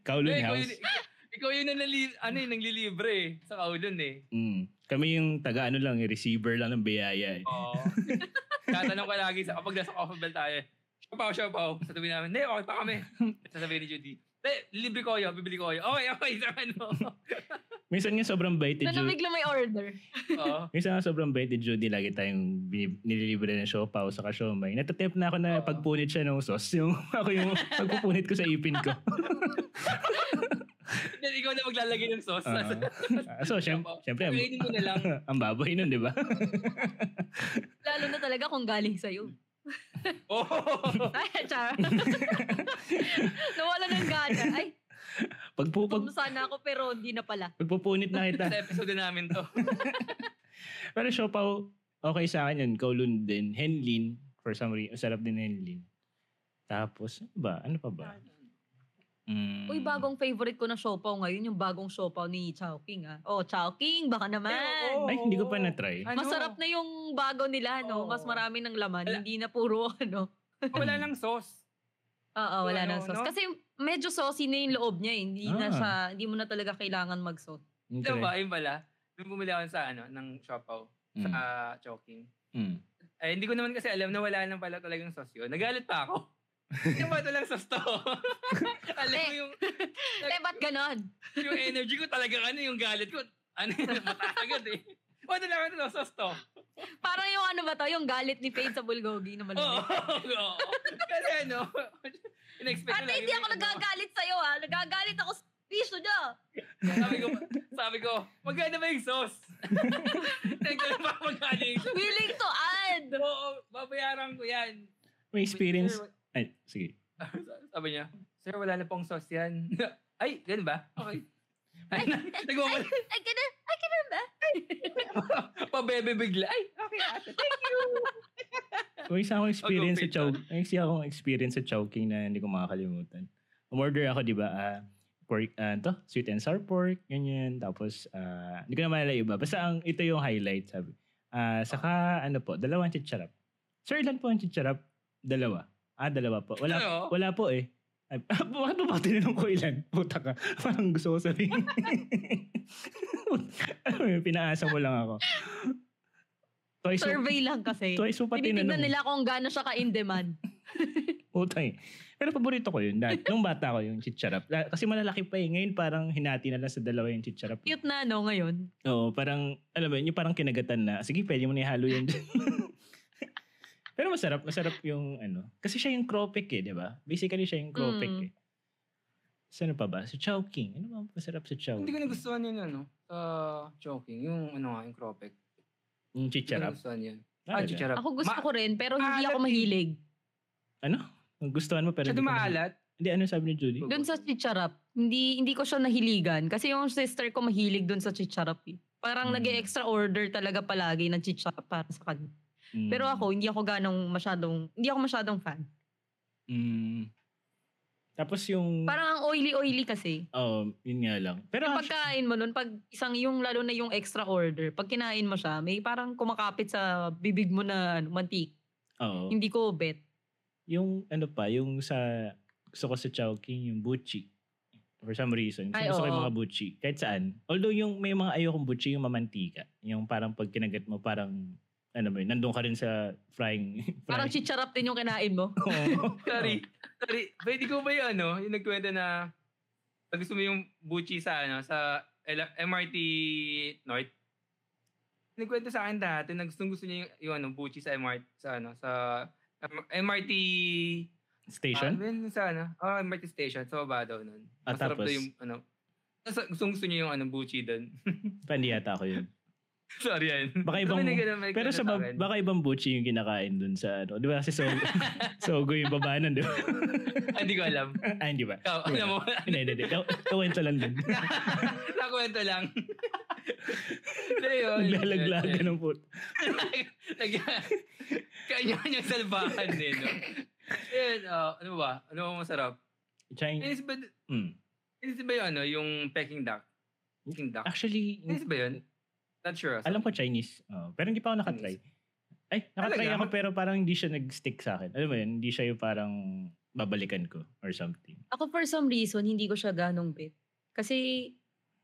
Kowloon Eh, ikaw, House. yun, ikaw yun na nali, ano yun, nanglilibre eh, sa Kaulon eh. Mm. Kami yung taga ano lang, receiver lang ng biyaya. Eh. Oo. [LAUGHS] Tatanong ka lagi sa, kapag nasa coffee bell tayo, Siopaw, Siopaw. Sa tuwi namin, hindi, okay pa kami. Sasabihin ni Judy, hindi, libre ko yun, bibili ko yun. Okay, okay, [LAUGHS] sa ano. Minsan nga sobrang bait ni Judy. Nalamig lang may order. Oo. Minsan nga sobrang bait ni Judy. Lagi tayong bini- nililibre ng siopaw sa kasyomay. Natatempt na ako na Oo. pagpunit siya ng sauce. [LAUGHS] Yung ako yung pagpupunit ko sa ipin ko. Then ikaw na maglalagay ng sauce. Ah. Ah, so, syem- Siopaw. syempre, ang, [LAUGHS] Kainin mo na lang. ang baboy nun, di ba? [LAUGHS] Lalo na talaga kung galing sa'yo. [LAUGHS] Oh. Ay, char. [LAUGHS] Nawala ng gana. Ay, Pagpu, pag, gutom sana ako pero hindi na pala. pagpupunit na kita. [LAUGHS] sa episode namin to. Pero siopaw, okay sa akin yun. Kowloon din. Henlin, for some reason. Sarap din Henlin. Tapos, ano ba? Ano pa ba? Mm. Uy, bagong favorite ko na siopaw ngayon, yung bagong siopaw ni Chao King, ah. Oh, Chao King, baka Eh, naman. oo. Ay, hindi ko pa na-try. Ano? Masarap na yung bago nila, no? Oo. Mas marami ng laman, Wala. hindi na puro, [LAUGHS] ano. Wala lang sauce. Oo, wala Ano, nang sauce. no? Kasi medyo saucy na yung loob niya, eh. Hindi na Ah. siya, hindi mo na talaga kailangan mag-sauce. Alam ba, yun pala. Nung bumili ako sa ano, ng Siopaw, sa Mm. Choking. Mm. Eh, hindi ko naman kasi alam na wala nang pala talagang sauce yun. Nagalit pa ako. [LAUGHS] Hindi ba ito lang sauce to? alam mo yung, Eh, ba't ganon? yung energy ko talaga ano, yung galit ko. Ano yun, mataas agad eh. O, ito lang, ito lang, sauce to. Parang yung ano ba to, yung galit ni Fade sa bulgogi Ano? na Oo, [LAUGHS] malamit. oo. Kasi ano, [LAUGHS] in-expect Ate, hindi ako nagagalit sa'yo ha. Nagagalit ako sa piso niya. Sabi ko, sabi ko, magkano ba yung sauce? [LAUGHS] Nagkano ba magkano yung sauce? Willing to add. Oo, babayaran ko yan. May experience. Sir, Ay, sige. wa- Sabi niya, sir, wala na pong sauce yan. [LAUGHS] Ay, ganun ba? Okay. Ay, [LAUGHS] Ay, nagwawala. ay, ganun, ay, ganun ba? Pabebe bigla. Ay, okay ah, ate. Thank you. May isa akong experience sa Fade, chow. May isa akong experience sa chowking na hindi ko makakalimutan. Umorder ako, di ba? ah, pork, ah, to, sweet and sour pork, ganyan. Tapos, ah, hindi ko na maalala yung iba. Basta ang, ito yung highlight, sabi. Ah, saka, ano po, dalawang chicharap. Sir, ilan po ang chicharap? Dalawa. Ah, dalawa po. Wala, Ano? wala po eh. Ay, [LAUGHS] bakit mo ba tinanong ko ilan? Puta ka. [LAUGHS] Parang gusto ko sabihin. [LAUGHS] Alam mo yun, Pinaasa mo lang ako. Twice, mo, Survey lang kasi. twice mo pa tinanong. Tinitignan nila kung gaano siya ka-in-demand. Utang eh. Pero paborito ko yun. Dahil, nung bata ko yung chicharap. La- Kasi malalaki pa eh. Ngayon parang hinati na lang sa dalawa yung chicharap. Cute na, no, ngayon. Oo, parang, alam mo yun, yung parang kinagatan na, sige, pwede mo na ihalo yun. [LAUGHS] dyan." Pero masarap, masarap yung ano. Kasi siya yung kropek eh, di ba? Basically siya yung kropek Mm. eh. Sa ano pa ba? Sa chowking. Ano ba ang masarap sa chow? Hindi ko nagustuhan yun, ano, uh, choking. Yung, ano nga, yung cropek. Yung Hindi ko chicharap. nagustuhan yun. Ah, Ah, chicharap. Ako gusto Ma- ko rin, pero hindi maalat ako eh. mahilig. Ano? Gustuhan mo pero Siya hindi ka- dumaalat. Hindi, ano sabi ni Julie? Doon sa chicharap, hindi hindi ko siya nahiligan. Kasi yung sister ko mahilig doon sa chicharap eh. Parang Hmm. nag extra order talaga palagi ng chicharap para sa kanya. Mm. Pero ako, hindi ako ganong masyadong, hindi ako masyadong fan. Mm. Tapos yung... Parang ang oily-oily kasi. Oo, yun nga lang. Pero Yung [LAUGHS] pagkain mo nun, pag isang yung, lalo na yung extra order, pag kinain mo siya, may parang kumakapit sa bibig mo na ano, mantik. Oo. Hindi ko bet. Yung ano pa, yung sa, gusto ko sa Chowking, yung buchi. For some reason. Gusto, Ay, gusto ko yung oo. mga buchi. Kahit saan. Although yung may mga ayokong buchi, yung mamantika. Yung parang pag kinagat mo, parang, ano mo yun, nandun ka rin sa frying. [LAUGHS] Parang frying. chicharap din yung kinain mo. Oo. [LAUGHS] Sorry. Sorry. Pwede ko ba yung ano, yung nagkwenta na pag gusto mo yung buchi sa ano, sa L- MRT North? Nagkwento sa akin dati na gustong gusto niya yung, yung ano, buchi sa MRT, sa ano, sa M- MRT Oh, Station? Ah, yun, sa ano, oh, MRT station, sa baba daw nun. Ah, Masarap tapos? daw yung ano. Tapos gustong gusto niya yung ano, buchi doon. Pandi yata ako yun. [LAUGHS] Sorry yan. Baka So, ibang- may ganun, may Pero kwento sa ba- akin. baka ibang buchi yung kinakain dun sa ano. Di ba? Kasi [LAUGHS] so, sogo yung baba nun, di ba? [LAUGHS] Ah, Hindi ko alam. ah, hindi ba? Ikaw, alam mo. Hindi, hindi, hindi. Kaw- Kawento lang dun. [LAUGHS] Nakwento [LAUGHS] lang. Pero yun. Naglalaglagan ng puto. [LAUGHS] Nag- Kanya-kanyang salbahan din, no? Ayun, ah, ano ba? Ano ang masarap? Chinese. Inis ba, Mm. inis ba yung ano, yung Peking duck? Peking duck? Actually, Inis ba yun? Not sure. Ah. Alam ko Chinese. Oo. pero hindi pa ako nakatry. Ay, nakatry Talaga? ako pero parang hindi siya nag-stick sa akin. Alam mo yun, hindi siya yung parang babalikan ko or something. [LAUGHS] Ako for some reason, hindi ko siya ganong bet. Kasi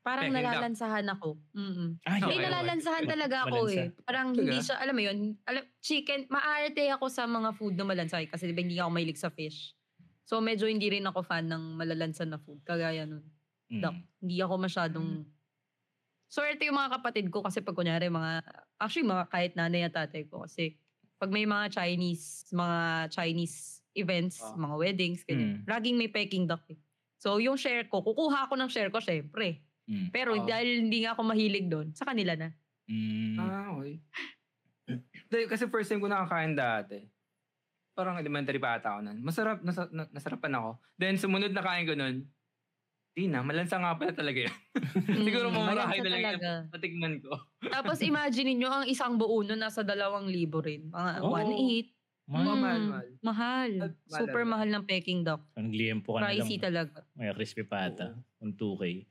parang Peking duck. nalalansahan ako. Mm-mm. Ah, Okay, Hindi, yun. okay. nalalansahan talaga ako Malansa. eh. Parang hindi Talaga? siya, alam mo yun, alam, chicken, maarte ako sa mga food na malansay kasi di ba hindi ako mahilig sa fish. So medyo hindi rin ako fan ng malalansa na food. Kagaya nun, Mm. duck. hindi ako masyadong... Hmm. Swerte yung mga kapatid ko kasi pag kunyari mga, actually mga kahit nanay at tatay ko kasi pag may mga Chinese, mga Chinese events, Ah. Hmm. mga weddings, ganyan, Mm. laging may peking duck eh. So yung share ko, kukuha ako ng share ko syempre. Mm. Pero Ah. dahil hindi nga ako mahilig doon, sa kanila na. Mm. Ah, okay. Dahil kasi first time ko nakakain dati. Parang elementary pa ata ako nun. Masarap, nasa, na, nasarapan ako. Then sumunod na kain ko nun, di na, malansa nga pala talaga yun. [LAUGHS] [LAUGHS] Siguro Mm, mamamahay malansa na lang yun. talaga. Mm. Patikman ko. Tapos imagine niyo ang isang buo nun nasa dalawang libo rin. Mga Oo. 1.8. Mga Oh. Mahal, Mm, mahal. Mahal. Mahal, mahal Super talaga. mahal ng Peking duck. Parang liempo ka na lang. Pricey talaga. May crispy pa ata. Kung 2K.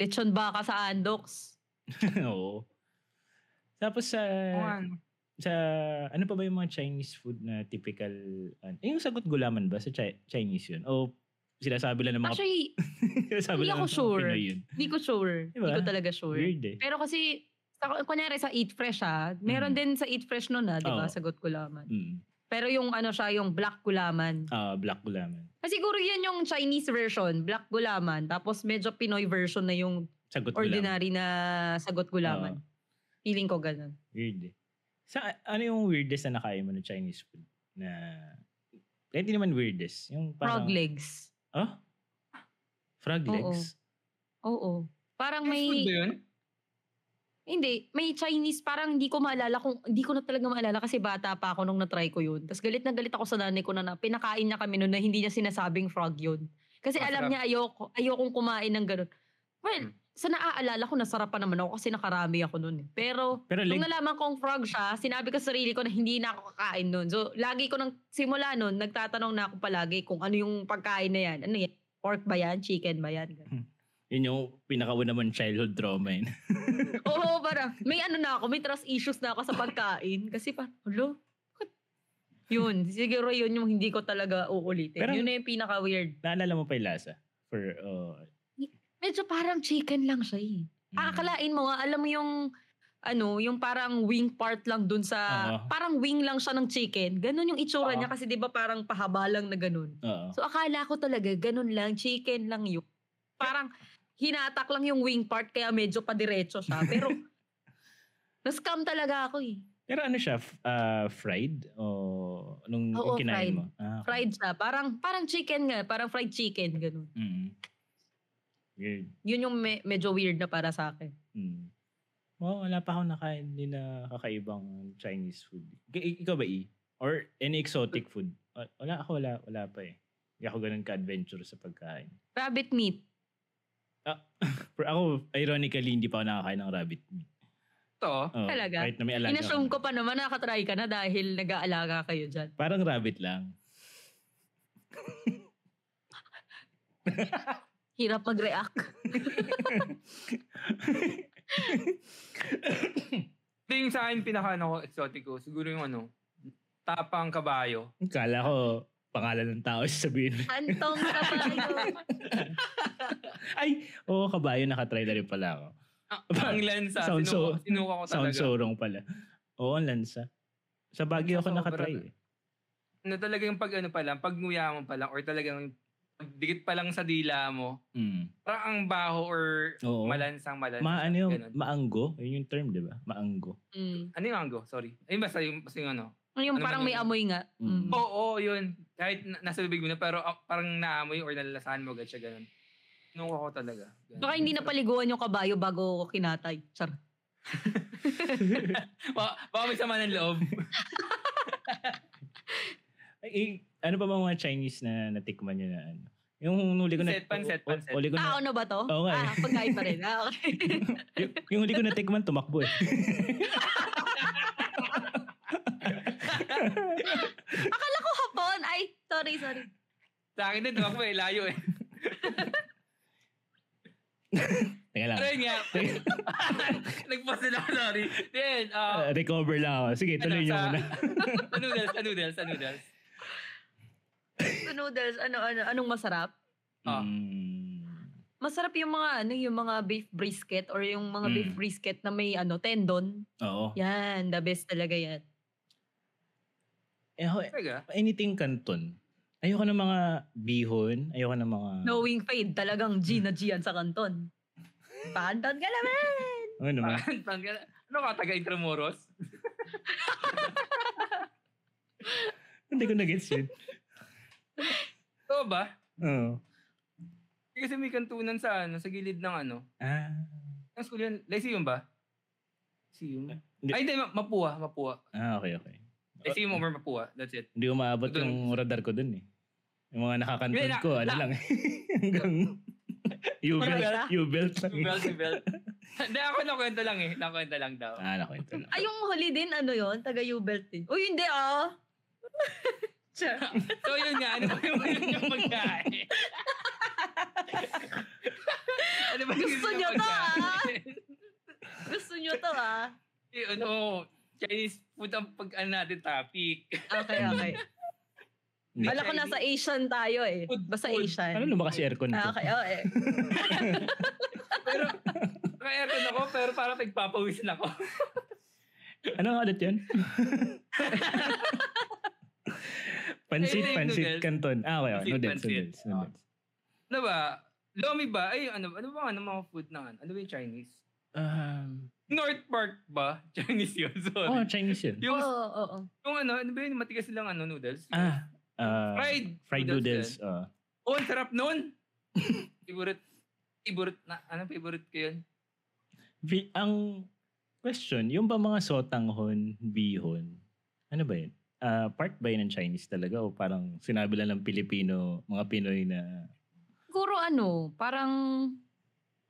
Lechon baka sa Andox. [LAUGHS] Oo. Tapos sa... Oo nga, no? sa ano pa ba yung mga Chinese food na typical ano, eh, yung sagot gulaman ba sa Chi- Chinese yun o sinasabi lang ng mga Actually, [LAUGHS] sinasabi hindi lang ng ako mga sure. Pinoy yun hindi ko [LAUGHS] sure. Diba? Hindi ko talaga sure. weird eh Pero kasi, sa, kunyari sa Eat Fresh ha, meron Mm. din sa Eat Fresh nun ha, di Oo. ba? Sagot gulaman. mm. Pero yung ano siya, yung black gulaman. Ah, black gulaman Kasi siguro yun yung Chinese version, black gulaman. Tapos medyo Pinoy version na yung sagot gulaman ordinary na sagot gulaman. Feeling ko ganun. Weird eh. Sa, ano yung weirdest na nakain mo ng Chinese food? Na, eh, hindi naman weirdest. Yung parang, Frog legs. Oh? Frog Oo. legs? Oo. Parang May... Food ba may, yun? hindi, may Chinese, parang hindi ko maalala kung, hindi ko na talaga maalala kasi bata pa ako nung natry ko yun. Tapos galit na galit ako sa nanay ko na, na pinakain niya kami noon na hindi niya sinasabing frog yun. Kasi alam Masarap. niya ayoko, ayokong kumain ng ganun. Well, Mm. sa naaalala ko, nasarap pa naman ako kasi nakarami ako noon. Pero, Pero leg, Nung nalaman kong frog siya, sinabi ko sa sarili ko na hindi na ako kakain nun. So, lagi ko nang, simula nun, nagtatanong na ako palagi kung ano yung pagkain na yan. Ano yan? Pork ba yan? Chicken ba yan? Ganun. yun yung pinakauna mong childhood trauma yun. [LAUGHS] Oo, parang, may ano na ako, may trust issues na ako sa pagkain. Kasi parang, hulo, bakit?" yun, siguro yun yung hindi ko talaga uulitin. Pero- yun na yung pinaka-weird. Naalala mo pa yung lasa? For, oh, mm. Medyo parang chicken lang siya eh. Akalain mo nga, alam mo yung, ano, yung parang wing part lang dun sa, Oo. parang wing lang siya ng chicken. Ganun yung itsura Oo. niya kasi di ba parang pahaba lang na ganun. Oo. So akala ko talaga, ganun lang, chicken lang yun. Parang hinatak lang yung wing part kaya medyo padiretso siya. [LAUGHS] Pero, na-scam talaga ako eh. Pero ano siya, f- ah, fried? O nung Oo, kinain fried. mo? Ah, okay. Fried siya. Parang, parang chicken nga, parang fried chicken, ganun. Mm. Weird. Yun yung me- medyo weird na para sa akin. Mm. Wow, wala pa akong nakain din na kakaibang Chinese food. Ik- ikaw ba, E? Or any exotic food? Wa- Wala ako, wala, wala pa eh. Hindi ako ganun ka-adventure sa pagkain. [LAUGHS] Rabbit meat. Pero ako, ironically, hindi pa ako nakakain ng rabbit meat. Ito. Oo, Talaga? Kahit na may alaga. Inassume ako. ko pa naman, nakatry ka na dahil nag-aalaga kayo dyan. Parang rabbit lang. [LAUGHS] Hirap [LAUGHS] mag-react. Ito yung sa akin pinaka ano ko, exotic ko. Siguro yung ano, tapang kabayo. Kala ko, pangalan ng tao sabihin. Antong kabayo. Ay, oo, kabayo, nakatry na rin pala ako. Oh, Ah, ang lansa. Sound so- sinuka, sinuka ko Sound talaga. so wrong pala. Oo, ang lansa. Sa Baguio ako Sobra nakatry na. eh. Na talagang pag ano pa lang, pag nguya mo pa lang, or talagang pagdikit pa lang sa dila mo, Mm. parang ang baho or Oo. malansang malansang. Ma, ano yung, ganun. maanggo? Yun yung term, di ba? Maanggo. mm. Ano yung anggo? Sorry. Ayun basta yung, basta yung ano. Yung Ano parang man may yun? amoy nga. Mm. Mm. Oo, oo, yun. Kahit na- nasa bibig mo na, pero ah, parang naamoy or nalalasahan mo agad siya ganun. Sinuka ko talaga. Ganun. Baka hindi napaliguan yung kabayo bago kinatay. Char. Ba- baka may sama ng loob. Ay, eh, ano pa ba mga Chinese na natikman nyo na ano? Yung huli ko na... Pansit, pansit, u- u- pansit. Huli ko Tao na, na ba to? Ano Oo nga eh. Ah, pagkain pa rin. Ah, okay. [LAUGHS] yung, yung huli ko na tikman, tumakbo eh. Akala ko hapon. Ay, sorry, sorry. Sa akin din, tumakbo eh, layo eh. Teka lang. Pero yun nga, [LAUGHS] nag-pause na ako, sorry. Then, Ah, uh, [LAUGHS] recover lang ako. Sige, tuloy nyo Ano sa- muna. sa noodles, sa noodles, sa noodles. Sa noodles, ano, ano, anong masarap? Ah. Mm. Masarap yung mga, ano, yung mga beef brisket or yung mga Mm. beef brisket na may, ano, tendon. Oo. Yan, the best talaga yan. Eh, ako, Talaga? anything canton. Ayoko ng mga bihon. Ayoko ng mga... Knowing fade, talagang G na G yan sa kanton. Pantan ka naman! Ano naman? Parang- [LAUGHS] parang gano'n. Ano ka, taga Intramuros? Hindi ko na-gets yun. Oo ba? Oo. Kasi may kantunan sa ano, sa gilid ng ano. Ah. Ang school yun, Lyceum ba? Lyceum? Hindi. Ay, hindi, ma- Mapua, Mapua. Ah, okay, okay. Lyceum over Mapua, that's [LAUGHS] it. Hindi umaabot Doon. yung radar ko dun eh. Yung mga nakakanton Hindi, na- ko, ano na- lang [LAUGHS] eh. [LAUGHS] Hanggang U-belt, Wala. [LAUGHS] U-belt lang. eh. Belt, belt. [LAUGHS] Hindi, ako nakwento lang eh. Nakwento lang daw. Ah, nakwento lang. Ay, yung huli din, ano yon taga U-Belt din. Uy, hindi ah! [LAUGHS] Char. So yun nga, ano ba yung [LAUGHS] gusto niyang pagkain? [LAUGHS] ano ba yung Gusto niyang niyo to, pagkain? [LAUGHS] Gusto nyo to ah. Eh, ano, Chinese food ang pag ano natin topic. Okay, okay. Alam ko nasa Asian tayo eh. Food, Basta food. Asian. Ano lumakas yung aircon ko? Ah, okay, [LAUGHS] oh, eh. Pero, kaya ko ako, pero parang nagpapawisan ako. Ano nga ulit [LAUGHS] yun? pansit, Ayun, pansit, noodles. canton. Ah, okay, okay. Pansit, Noodles, pansit. noodles, noodles. Ano ba? Lomi ba? Ay, ano, ano ba ano mga food na ano? Ano ba yung Chinese? Um, North Park ba? [LAUGHS] Chinese yun, oh, sorry. Chinese yun. Oo, Yung, oo, oo. yung ano, ano ba yun? Matigas silang ano, noodles? Ah, uh, fried, fried noodles. Oh. yun. Oh, ang sarap nun! [LAUGHS] favorite, favorite na, ano favorite ko yun? Bi- ang question, yung ba mga sotanghon, bihon, ano ba yun? Ah, part ba yun ng Chinese talaga o parang sinabi lang ng Pilipino, mga Pinoy na Siguro ano, parang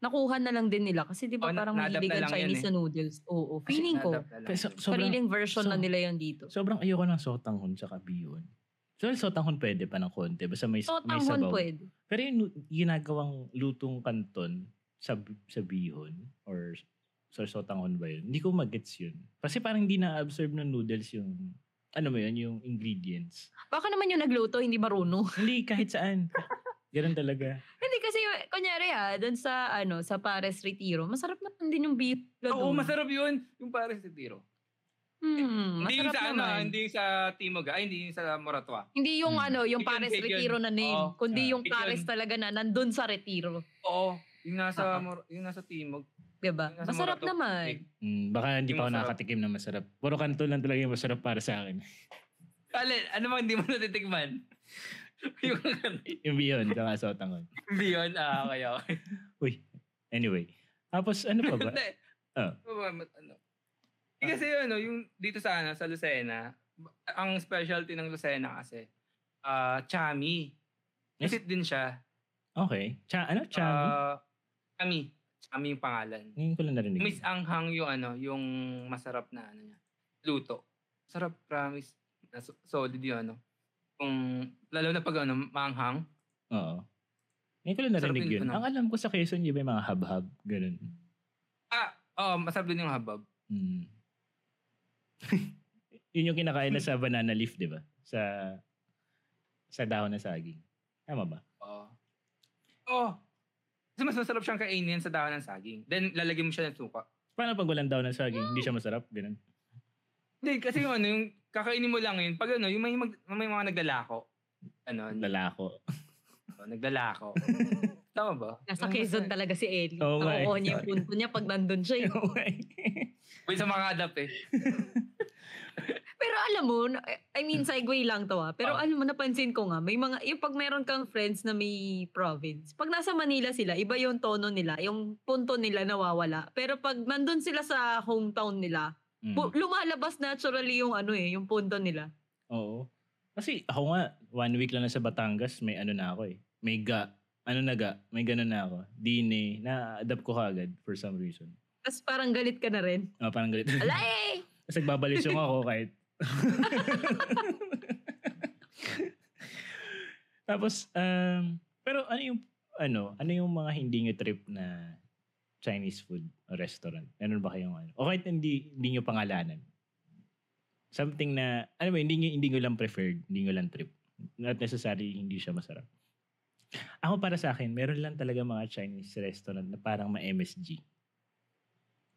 nakuha na lang din nila kasi 'di Oh, ba na- parang na-adapt mahilig na ang lang eh. Chinese yun sa noodles. Oo, feeling ko Na-adapt na lang Kasi so- yun. sobrang, sariling version so- na nila yan dito. sobrang ayoko ng sotanghon sa bihon. So, sotanghon pwede pa ng konti. Basta may, So, may tanghon sabaw. pwede. Pero yung nu- ginagawang lutong kanton sa, sa bihon or sa sotanghon ba yun? Hindi ko magets yun. Kasi parang hindi na-absorb ng noodles yung, ano mo yun, yung ingredients. Baka naman yung nagluto, hindi marunong. Hindi, kahit saan. Ganun talaga. hindi kasi, kunyari ah, doon sa, ano, sa Pares Retiro, masarap naman din yung beef. Oo, masarap yun. Yung pare sa tiro. Hmm, Hindi yung masarap sa ano, naman. hindi yung sa Timog, ay, hindi yung sa Moratua. Hindi yung Hmm. ano, yung Bacon, Pares bacon. Retiro na name, Oo. kundi Ah. yung Bacon. Pares talaga na nandun sa Retiro. Oo, yung nasa, Oo. Mor- yung nasa Timog. 'Di ba? Yung nasa Masarap Morato. naman. Mm, baka hindi pa Yung ako masarap. nakakatikim na masarap. Puro kanto lang talaga yung masarap para sa akin. [LAUGHS] Alin, ano bang hindi mo natitikman? [LAUGHS] yung Yung bihon, saka sotangon. Hindi yun, ah, okay, okay. Anyway. Tapos ano pa ba? [LAUGHS] Hindi. Ah. Baba, mat- ano. Eh, kasi ano, yung dito sa ano, sa Lucena, ba- ang specialty ng Lucena kasi, ah, chami. Yes. Visit din siya. Okay. Cha, ano? Chami? Ah, chami. Chami yung pangalan. Ngayon ko lang narinig. Miss Anghang yung ano, yung masarap na ano niya. Luto. Sarap, promise. Na so- solid yung ano. Kung, lalo na pag ano, maanghang. Oo. Ngayon ko lang Sarap narinig din yun. ko na. Ang alam ko sa Quezon, yung may mga habhab. Ganun. Ah, oh, masarap din yung habab. Mm. [LAUGHS] yun yung kinakain na sa banana leaf, di ba? Sa sa dahon na saging. Tama ba? Oo. Oh. Kasi mas masarap siyang kainin sa dahon ng saging. Then, lalagyan mo siya ng suka. Paano pag walang dahon ng saging? Hindi siya masarap? Ganun. Hindi, kasi yung ano, yung kakainin mo lang yun. Pag ano, yung may, mag, may mga naglalako. Ano, Lalako. [LAUGHS] ano, naglalako. Tama ba? Nasa [LAUGHS] Quezon talaga si Ellie. Oo nga eh. Nakukuha niya yung punto niya pag nandun siya. eh. Wait, sa mga adapt eh. Pero alam mo, na- I [LAUGHS] mean, segue lang to ah. Pero Ah. alam mo, napansin ko nga, may mga, yung pag meron kang friends na may province, pag nasa Manila sila, iba yung tono nila, yung punto nila nawawala. Pero pag nandun sila sa hometown nila, Mm. bu- lumalabas naturally yung ano eh, yung punto nila. Oo. Kasi ako nga, one week lang na sa Batangas, may ano na ako eh. May ga. Ano na ga? May ganun na ako. Dine. Na-adapt ko kagad for some reason. Tapos parang galit ka na [LAUGHS] rin. Ah, parang galit. Ala eh! Tapos nagbabalisong ako kahit. [LAUGHS] Tapos, um, pero ano yung, ano, ano yung mga hindi nyo trip na Chinese food o restaurant? Meron ba kayong ano? O kahit hindi, hindi nyo pangalanan? Something na, ano ba, hindi nyo, hindi nyo lang preferred, hindi nyo lang trip. Not necessarily, hindi siya masarap. Ako para sa akin, meron lang talaga mga Chinese restaurant na parang ma-MSG.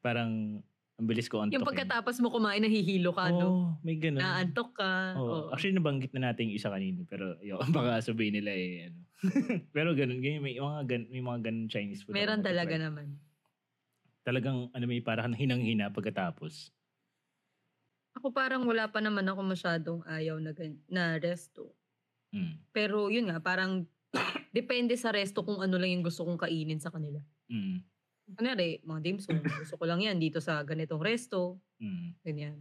Parang, ang bilis ko antokin. Yung pagkatapos mo kumain, nahihilo ka, no? Oo, Oh, may ganun. Naantok ka. Oo. Oo. Actually, nabanggit na natin yung isa kanina. Pero yo, baka sabihin nila eh. Ano. [LAUGHS] pero ganun, ganyan, may mga, gan, may mga ganun Chinese food. meron ako na-try. talaga naman. Talagang, ano, may parang hinang-hina pagkatapos. Ako parang wala pa naman ako masyadong ayaw na, gan- na resto. Mm. Pero yun nga, parang [COUGHS] depende sa resto kung ano lang yung gusto kong kainin sa kanila. Mm. Kunwari, mga dim sum, gusto ko lang yan dito sa ganitong resto. Mm. Ganyan.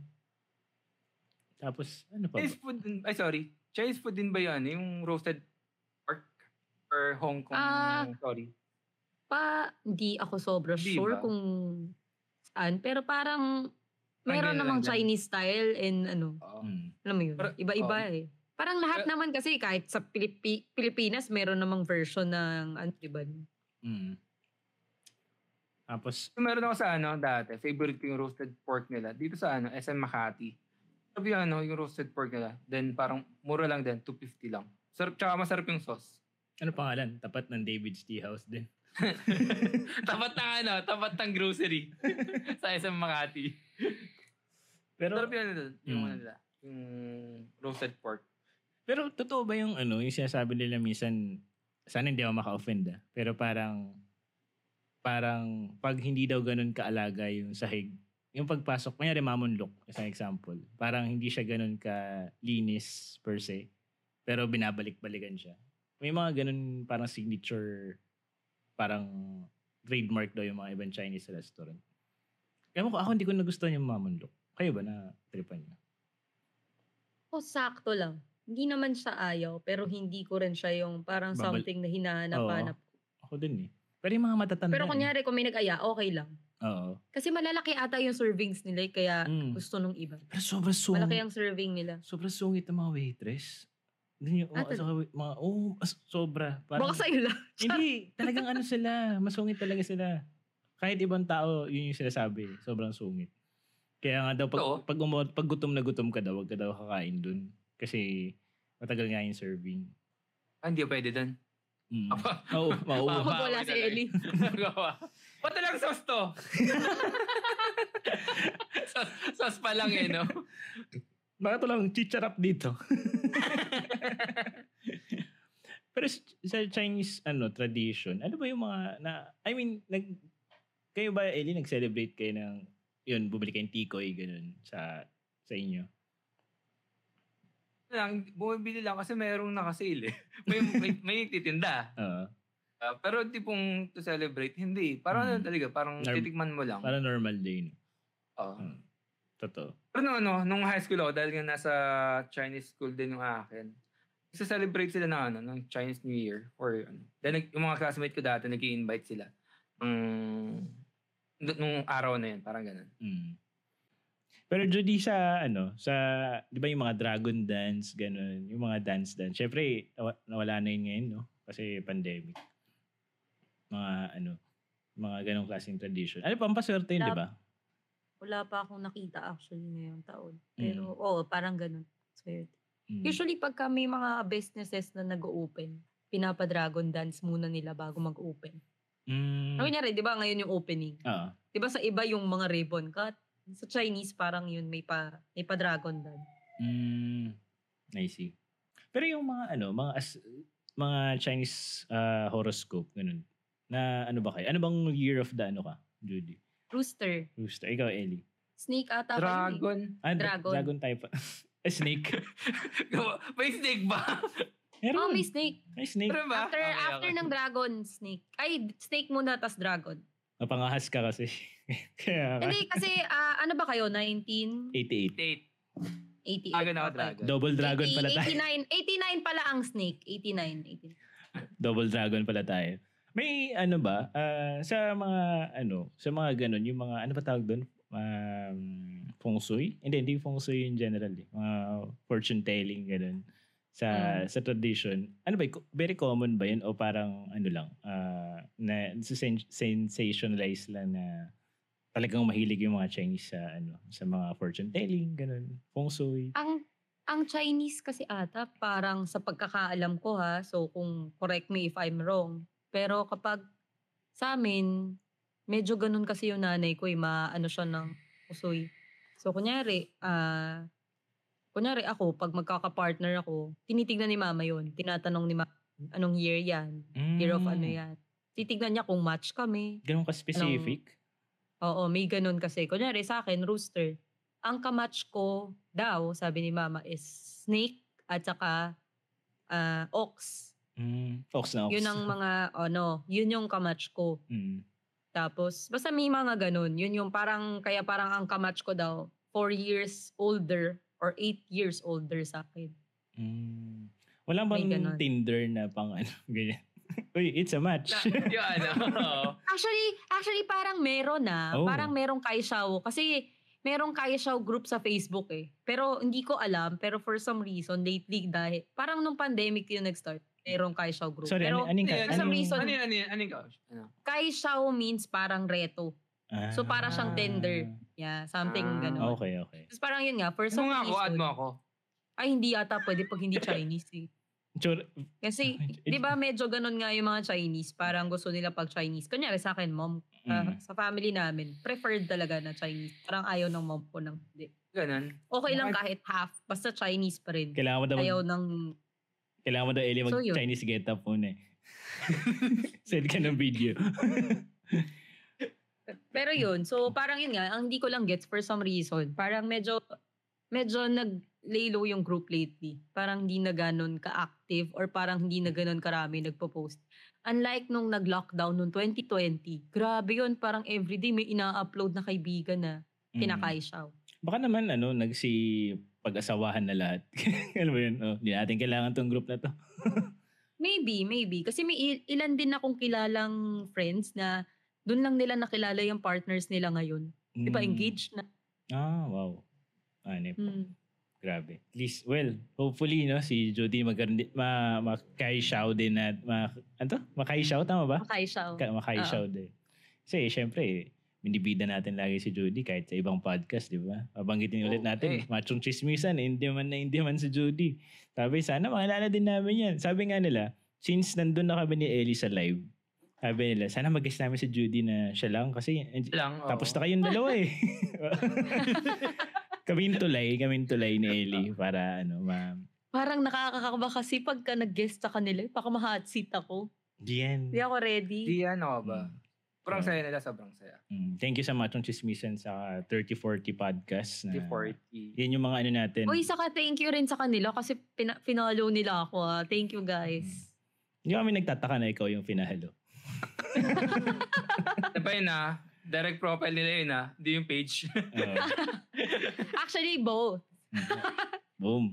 Tapos, ano pa ba? Chinese food din, ay sorry. Chinese food din ba yan? Yung roasted pork? Or Hong Kong? Ah. Sorry. Pa, hindi ako sobra Di sure ba? kung saan. Pero parang meron Manila namang lang. Chinese style and ano, Oo. Mm. alam mo yun, Pero- um, iba-iba eh. Parang lahat Pero- naman kasi kahit sa Pilipi- Pilipinas meron namang version ng ano, iba. Mm. Tapos, Meron ako sa ano dati, favorite ko yung roasted pork nila. Dito sa ano, SM Makati. Sabi yung ano, yung roasted pork nila. Then parang mura lang din, 250 lang. Sarap, tsaka masarap yung sauce. [LAUGHS] ano pangalan? Tapat ng David's Tea House din. tapat ng ano, tapat ng grocery [LAUGHS] sa SM Makati. Pero, Sarap yun, ano, yung Mm. ano nila, yung roasted pork. Pero totoo ba yung ano, yung sinasabi nila minsan, sana hindi ako maka-offend ah. Pero parang, parang pag hindi daw ganun kaalaga yung sahig, yung pagpasok, kanya mamundok, as an example, parang hindi siya ganun ka linis per se, pero binabalik-balikan siya. May mga ganun parang signature, parang trademark daw yung mga ibang Chinese restaurant. Kaya ko, ako hindi ko nagustuhan yung mamundok. Kayo ba na tripan niyo? O sakto lang. Hindi naman siya ayaw, pero hindi ko rin siya yung parang Babal- something na hinahanap-hanap. Ako din eh. Pero yung mga matatanda Pero eh. kunyari, kung may nag-aya, okay lang. Oo. Kasi malalaki ata yung servings nila, eh, kaya Mm. gusto nung iba. Pero sobrang sungit. Malaki ang serving nila. Sobrang sungit ang mga waitress. Hindi yung Ah, oh, saka, mga, oh, as- sobra. Baka sa'yo lang. Hindi, talagang ano sila. Masungit talaga sila. Kahit ibang tao, yun yung sinasabi. Sobrang sungit. Kaya nga daw, pag, Oo. pag, umu- pag gutom na gutom ka daw, huwag ka daw kakain dun. Kasi matagal nga yung serving. Ah, hindi pwede doon. Mm. [LAUGHS] Oo, mauwa. Mababa Mabawala ka si na eh. Ellie. [LAUGHS] Gawa. Ba't lang sauce to? [LAUGHS] sauce, sauce pa lang eh, no? Baka ito lang, chicharap dito. [LAUGHS] Pero s- sa Chinese ano tradition, ano ba yung mga na I mean, nag kayo ba Ellie nag-celebrate kayo ng yun, bumili kayong tikoy ganun sa sa inyo? Ano [LAUGHS] lang, bumibili lang kasi mayroong nakasale eh. [LAUGHS] May, may, may titinda. Oo. Ah, pero tipong to celebrate, hindi. Parang Mm. ano talaga, parang Norm- titikman mo lang. Oh. para normal day. No? Oo. Mm. Totoo. Pero nung ano, nung high school ako, dahil nga nasa Chinese school din yung akin, isa-celebrate sila ng ano, ng Chinese New Year or ano. Dahil nag- yung mga classmate ko dati, nag invite sila. Nung, nung araw na yun, parang ganun. Mm. Pero Judy sa ano, sa 'di ba yung mga dragon dance ganun, yung mga dance dance. Syempre nawa- nawala na yun ngayon, no? Kasi pandemic. Mga ano, mga ganong klaseng tradition. Ano pa ang paswerte yun, 'di ba? Wala pa akong nakita actually ngayong taon. Mm. Pero, oo, parang ganun. Swerte. Mm. Usually pagka may mga businesses na nag-open, pinapa-dragon dance muna nila bago mag-open. Mm. Ano kunyari, di ba ngayon yung opening? Oo. Di ba sa iba yung mga ribbon cut? Sa Chinese parang yun may pa may pa-dragon dance. Mm. I see. Pero yung mga ano, mga as, mga Chinese ah, horoscope ganun. Na ano ba kayo? Ano bang year of the ano ka, Judy? Rooster. Rooster. Ikaw, Ellie. Snake ata kayo. eh. Dragon. [LAUGHS] Ah, dra- Dragon. Dragon type. [LAUGHS] Eh, snake. may snake [LAUGHS] ba? Eh. Meron. Oh, may snake. May snake. Pero ba? After after ng dragon, snake. Ay, snake muna tas dragon. Napangahas ka kasi. [LAUGHS] Kaya ka. Hindi kasi ah, ano ba kayo 1988. 88. Date. Dragon Ah, ako, ata. dragon. Double dragon pala tayo. 80, 89, 89 pala ang snake. 89, 89. Double dragon pala tayo. May ano ba, ah, sa mga ano, sa mga ganun, yung mga ano pa tawag doon? Um, feng shui? Hindi, hindi feng shui in general eh. Mga fortune telling, ganun. Hmm. Sa, sa tradition. Ano ba, co- very common ba yun? O parang ano lang, ah, na sen- sensationalized lang na talagang mahilig yung mga Chinese sa ano sa mga fortune telling, ganun. Feng shui. Ang ang Chinese kasi ata parang sa pagkakaalam ko ha, so kung correct me if I'm wrong. Pero kapag sa amin, medyo ganun kasi yung nanay ko eh, maano siya ng usoy. So kunyari, ah kunyari ako, pag magkakapartner ako, tinitignan ni mama yon Tinatanong ni mama, anong year yan? Year of Mm. ano yan? Titignan niya kung match Hmm. kami. Ganun ka-specific? Oo, may ganun kasi. Kunyari sa akin, rooster. Ang kamatch ko daw, sabi ni mama, is snake at saka ah, ox. Mm. Ox na ox. Yun ang mga, ano, yun yung kamatch ko. Mm. Tapos, basta may mga ganun. Yun yung parang, kaya parang ang kamatch ko daw, four years older or eight years older sa akin. Mm. Wala May bang ganon. Tinder na pang ano, [LAUGHS] ganyan? Uy, it's a match. [LAUGHS] Na, yung [LAUGHS] ano. oo. Actually, actually parang meron na. Oh. Parang merong kaisyaw. Kasi merong kaisyaw group sa Facebook eh. Pero hindi ko alam. Pero for some reason, lately dahil, parang nung pandemic yun nag-start, merong kaisyaw group. Sorry, pero ano, anong Ano ka? yun? for some anong- reason, Ano yun? Ano yun? Ano yun? coach? Ano? kaisyaw means parang reto. Ah. so para siyang Tinder. Yeah, something Ah. ganun. Okay, okay. Tapos parang yun nga, for Ano some nga ako? Add reason, mo ako. ay hindi ata pwede pag hindi Chinese eh. Tsura- [LAUGHS] Kasi, di ba medyo ganun nga yung mga Chinese, parang gusto nila pag Chinese. Kanyari sa akin, mom, ah, mm. sa family namin, preferred talaga na Chinese. Parang ayaw ng mom ko ng hindi. Ganun. Okay lang Bakit? kahit half, basta Chinese pa rin. Kailangan mo daw, Ayaw ng, kailangan mo daw, Ellie, So, [LAUGHS] yun. mag-Chinese get up muna eh. Send ka ng video. Pero yun, so parang yun nga, ang hindi ko lang gets for some reason. Parang medyo, medyo nag-lay low yung group lately. Parang hindi na ganun ka-active or parang hindi na ganun karami nagpo-post. Unlike nung nag-lockdown nung 2020, grabe yun, parang everyday may ina-upload na kaibigan na Mm. kinakay siya. Baka naman ano, nagsi pag-asawahan na lahat. [LAUGHS] Alam mo yun? Oh, hindi natin kailangan tong group na to. Maybe, maybe. Kasi may il- ilan din akong kilalang friends na doon lang nila nakilala yung partners nila ngayon. Di ba, Mm. engaged na. Ah, wow. Anip. Mm. Grabe. At least, well, hopefully, no, si Jody magandi, ma, makaisyaw din at, ma, ano to? Makaisyaw, tama ba? Makay siya. oh. Ka, makaisyaw din. Kasi, syempre, binibida natin lagi si Jody kahit sa ibang podcast, di ba? Babanggitin ulit Oo, natin, eh. machong chismisan, hindi man na hindi man si Jody. Sabi, sana makilala din namin yan. Sabi nga nila, since nandun na kami ni Ellie sa live, sabi nila, sana mag-guest namin si Judy na siya lang kasi Lang, oo. tapos na kayong dalawa [LAUGHS] eh. kaming tulay, kaming tulay ni Ellie para ano, ma... Parang nakakakaba kasi pagka nag-guest sa kanila, eh. baka ma-hot seat ako. Diyan. Hindi ako ready. Di ano ka ba? Sobrang Oo. saya nila, sobrang saya. Mm, thank you sa matong chismisan sa 3040 podcast. Na, 340. Yan yung mga ano natin. Uy, saka thank you rin sa kanila kasi pina- finalo nila ako. ah. Thank you [LAUGHS] guys. Hindi kami nagtataka na ikaw yung [LAUGHS] pinahalo. Diba yun ah? Direct profile nila yun ah. Di yung page. [LAUGHS] Oo. Actually, both. Mm. Boom.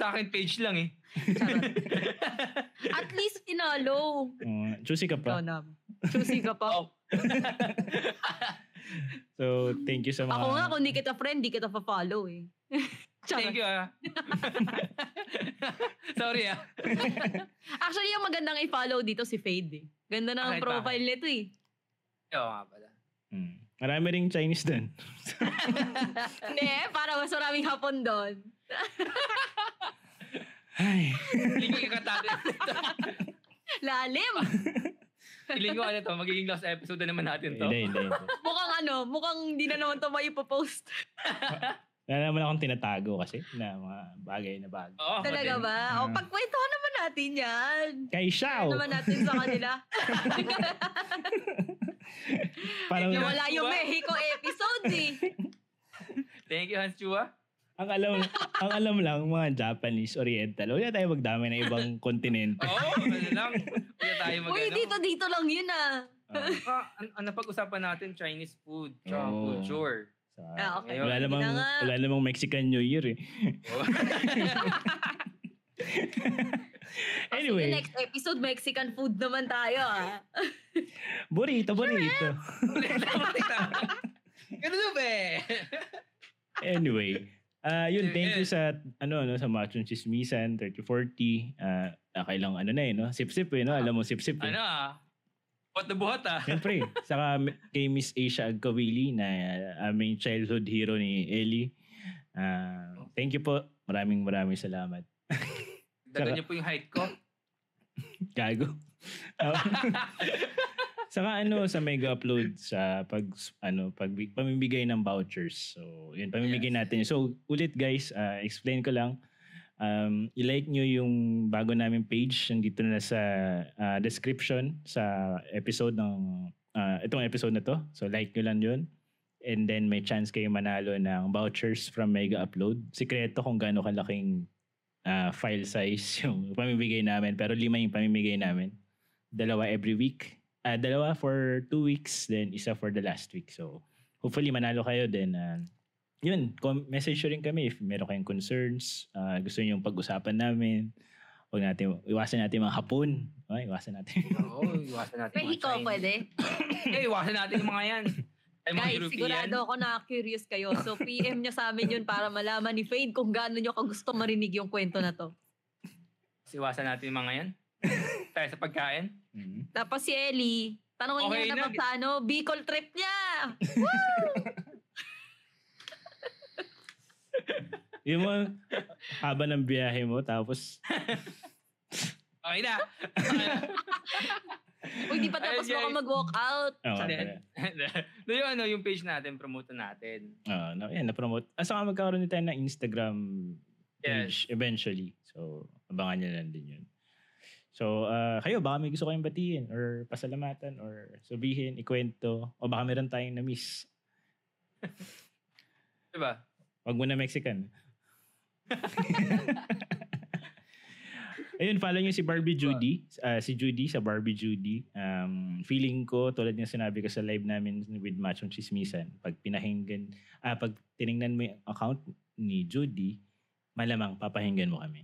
Sa akin page lang eh. [LAUGHS] Charot. At least finalo. Uh, choosy ka pa. Ikaw na. Choosy ka pa. Diba? Oh. So, thank you sa mga... Ako nga, kung di kita friend, di kita [LAUGHS] pa-follow eh. Charot. Thank you ah. [LAUGHS] Sorry ah. Actually, yung magandang i-follow dito si Fade eh. Ganda na Bakit, ang profile nito eh. Oo nga pala. Mm. Marami ring Chinese doon. Hindi, para mas maraming hapon doon. Ay. Piling ko katari. [LAUGHS] Lalim! [LAUGHS] Piling ko ano to, magiging last episode na naman natin to. Hindi, hindi, hindi. Mukhang ano, mukhang di na naman ito may ipopost. Wala naman akong tinatago kasi na mga bagay na bagay. Oo, Talaga pati. ba? Ah. O, pagkwentuhan naman natin yan. Kay Ano Shao! naman natin sa kanila. Parang, Yung Nawala yung Diba? Mexico episode eh. Thank you Hans Chua. ang [LAUGHS] alam, ang alam lang, mga Japanese, Oriental, wala tayo magdami na [LAUGHS] ibang kontinente. Oo, ano lang. Kaya tayo mag Uy, ano. dito-dito lang yun ah. Ah, Ah, an- ano pag-usapan natin? Chinese food, tsaka Oo. culture. so, Ah, okay. Wala Hindi namang, na nga. wala namang Mexican New Year eh. [LAUGHS] O, sige, Anyway. next episode, Mexican food naman tayo ah. Burrito, burrito. ah. Ganun na ba eh? anyway, ah yun, Sige. thank you sa, ano, ano, sa Machong Chismisan, 3040. ah nakailang ano na eh, no? Sip-sip eh, no? Alam mo, sip-sip eh. [LAUGHS] Ano ah? Buhat na buhat ah. Siyempre, saka m- kay Miss Asia Agkawili na uh, aming childhood hero ni Ellie. Ah, thank you po. Maraming maraming salamat. Dagan niyo po yung height ko. [LAUGHS] Gago. [LAUGHS] Ah, saka ano sa mega upload sa pag ano pag pamimigay ng vouchers. So, yun pamimigay Yes. natin. So, ulit guys, ah, explain ko lang. Um, i-like nyo yung bago namin page. Nandito na sa ah, description sa episode ng ah, itong episode na to. So, like nyo lang yun. And then may chance kayo manalo ng vouchers from Mega Upload. Sikreto kung gaano kalaking ah, file size [LAUGHS] yung pamimigay namin. Pero lima yung pamimigay namin. Dalawa every week. Ah, dalawa for two weeks, then isa for the last week. So, hopefully manalo kayo. Then, ah, yun, com- message nyo rin kami if meron kayong concerns, ah, gusto nyo yung pag-usapan namin. Huwag natin, iwasan natin yung mga hapon. Okay, iwasan natin. Oo, iwasan natin. mga Mexico Chinese. pwede. Eh, [LAUGHS] iwasan natin yung mga yan. Ay, mga Guys, European. sigurado ako na curious kayo. So PM nyo sa amin yun para malaman ni Fade kung gaano nyo kagusto marinig yung kwento na to. Iwasan natin yung mga yan. Tayo sa pagkain. Mhm. Tapos si Ellie, tanongin Okay niya na. na sa ano, Bicol trip niya. Yung mga haba ng biyahe mo, tapos Okay na. [LAUGHS] Uy, di pa Ayun, tapos mo ako guys. mag-walk out. Oo, Sorry. pare. no, yung, ano, yung page natin, promote natin. Oo, na, Oh, yan, na-promote. Asa ka magkakaroon din tayo ng Instagram page Yes. eventually. So, abangan nyo lang din yun. So, ah, kayo, baka may gusto kayong batiin or pasalamatan or sabihin, ikwento, o baka meron tayong na-miss. Diba? Wag mo na Mexican. [LAUGHS] Ayun, follow nyo si Barbie Judy. ah, si Judy sa Barbie Judy. Um, feeling ko, tulad ng sinabi ko sa live namin with Match on Chismisan, pag pinahinggan, ah, pag tiningnan mo yung account ni Judy, malamang papahinggan mo kami.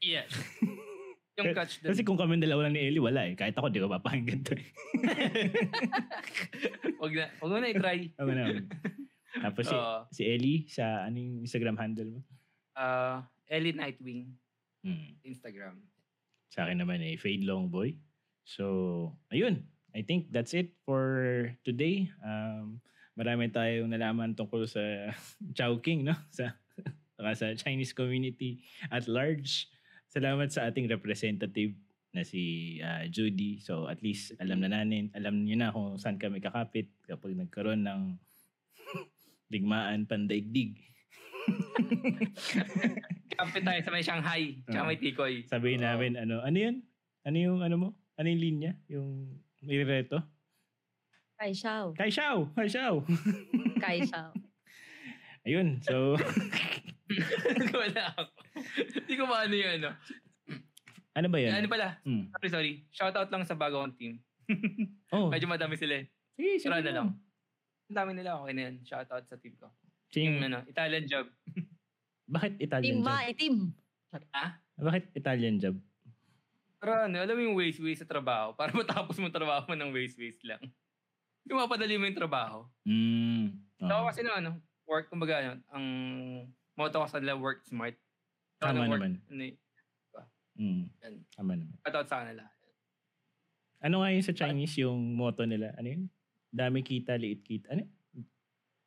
Yes. [LAUGHS] yung catch dun. Kasi kung kami dalawa lang ni Ellie, wala eh. Kahit ako, di ko papahinggan [LAUGHS] to. eh. Huwag na, huwag mo na i-try. Ako na. Tapos si, Oo. si Ellie, sa anong Instagram handle mo? Ah, Ellie Nightwing, Hmm. Instagram. Sa akin naman ay Fade Longboy. So, ayun. I think that's it for today. Um, marami tayong nalaman tungkol sa [LAUGHS] Chowking, no? Sa, saka sa Chinese community at large. Salamat sa ating representative na si ah, Judy. So at least alam na natin, alam niyo na kung saan kami kakapit kapag nagkaroon ng [LAUGHS] digmaan pandaigdig. Kapit tayo sa may Shanghai, Ah. tsaka may [LAUGHS] Tikoy. Sabihin Oo. namin, ano, ano yun? Ano yung, ano mo? Ano yung linya? Yung may reto? Kai Shao. Kai Xiao! Kai Xiao! Kai Shao. Ayun, [LAUGHS] so, Wala ako. Hindi ko maano yun, ano. ano ba yun? Ano pala? Mm. Sorry, sorry. Shoutout lang sa bagong team. Oh, Medyo madami sila eh. sige, sige. Tara na lang. Hmm. Ang dami nila, okay na yun. Shoutout sa team ko. Siya Yung yung- ano, Italian [LAUGHS] job. bakit Italian Team job? maitim. Ah? Bakit Italian job? Pero ano, alam mo yung waste-waste sa trabaho. Para [LAUGHS] matapos mo trabaho mo ng waste-waste lang. Yung mapadali mo yung trabaho. Mm. So Oo. kasi no, ano, work, kumbaga, ano, ang motto ko sa nila, work smart. So, Tama ano, work, naman. Ano, eh, Mm. Yan. Tama naman. shoutout sa kanila. [LAUGHS] Ano nga yun sa Chinese yung motto nila? Ano yun? Dami kita, liit kita. Ano yun?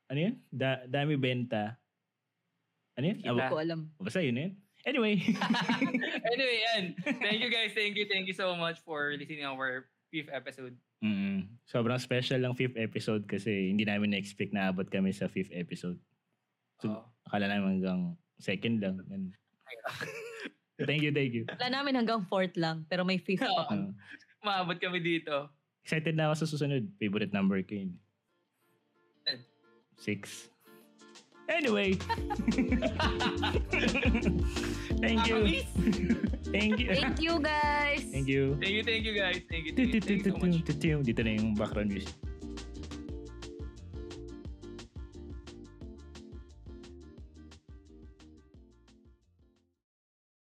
Ano yun? Da, dami benta. Ano yun? Kita. Hindi Abo, ko alam. basta yun na yun. Anyway. anyway, yan. Thank you guys. Thank you. Thank you so much for listening our fifth episode. Mm, [LAUGHS] sobrang special lang fifth episode kasi hindi namin na-expect na abot kami sa fifth episode. So, Oo. Akala namin hanggang second lang. Ganun. thank you, thank [LAUGHS] you. Wala namin hanggang fourth lang, pero may fifth pa kami. Uh, Maabot kami dito. excited na ako sa susunod. Favorite number ko yun. Eh. Six. Anyway. [LAUGHS] thank you. Nakakamiss. Thank you. Thank you guys! Thank you. Thank you, thank you guys. Thank you, thank you, thank you so much. Dito na yung background music.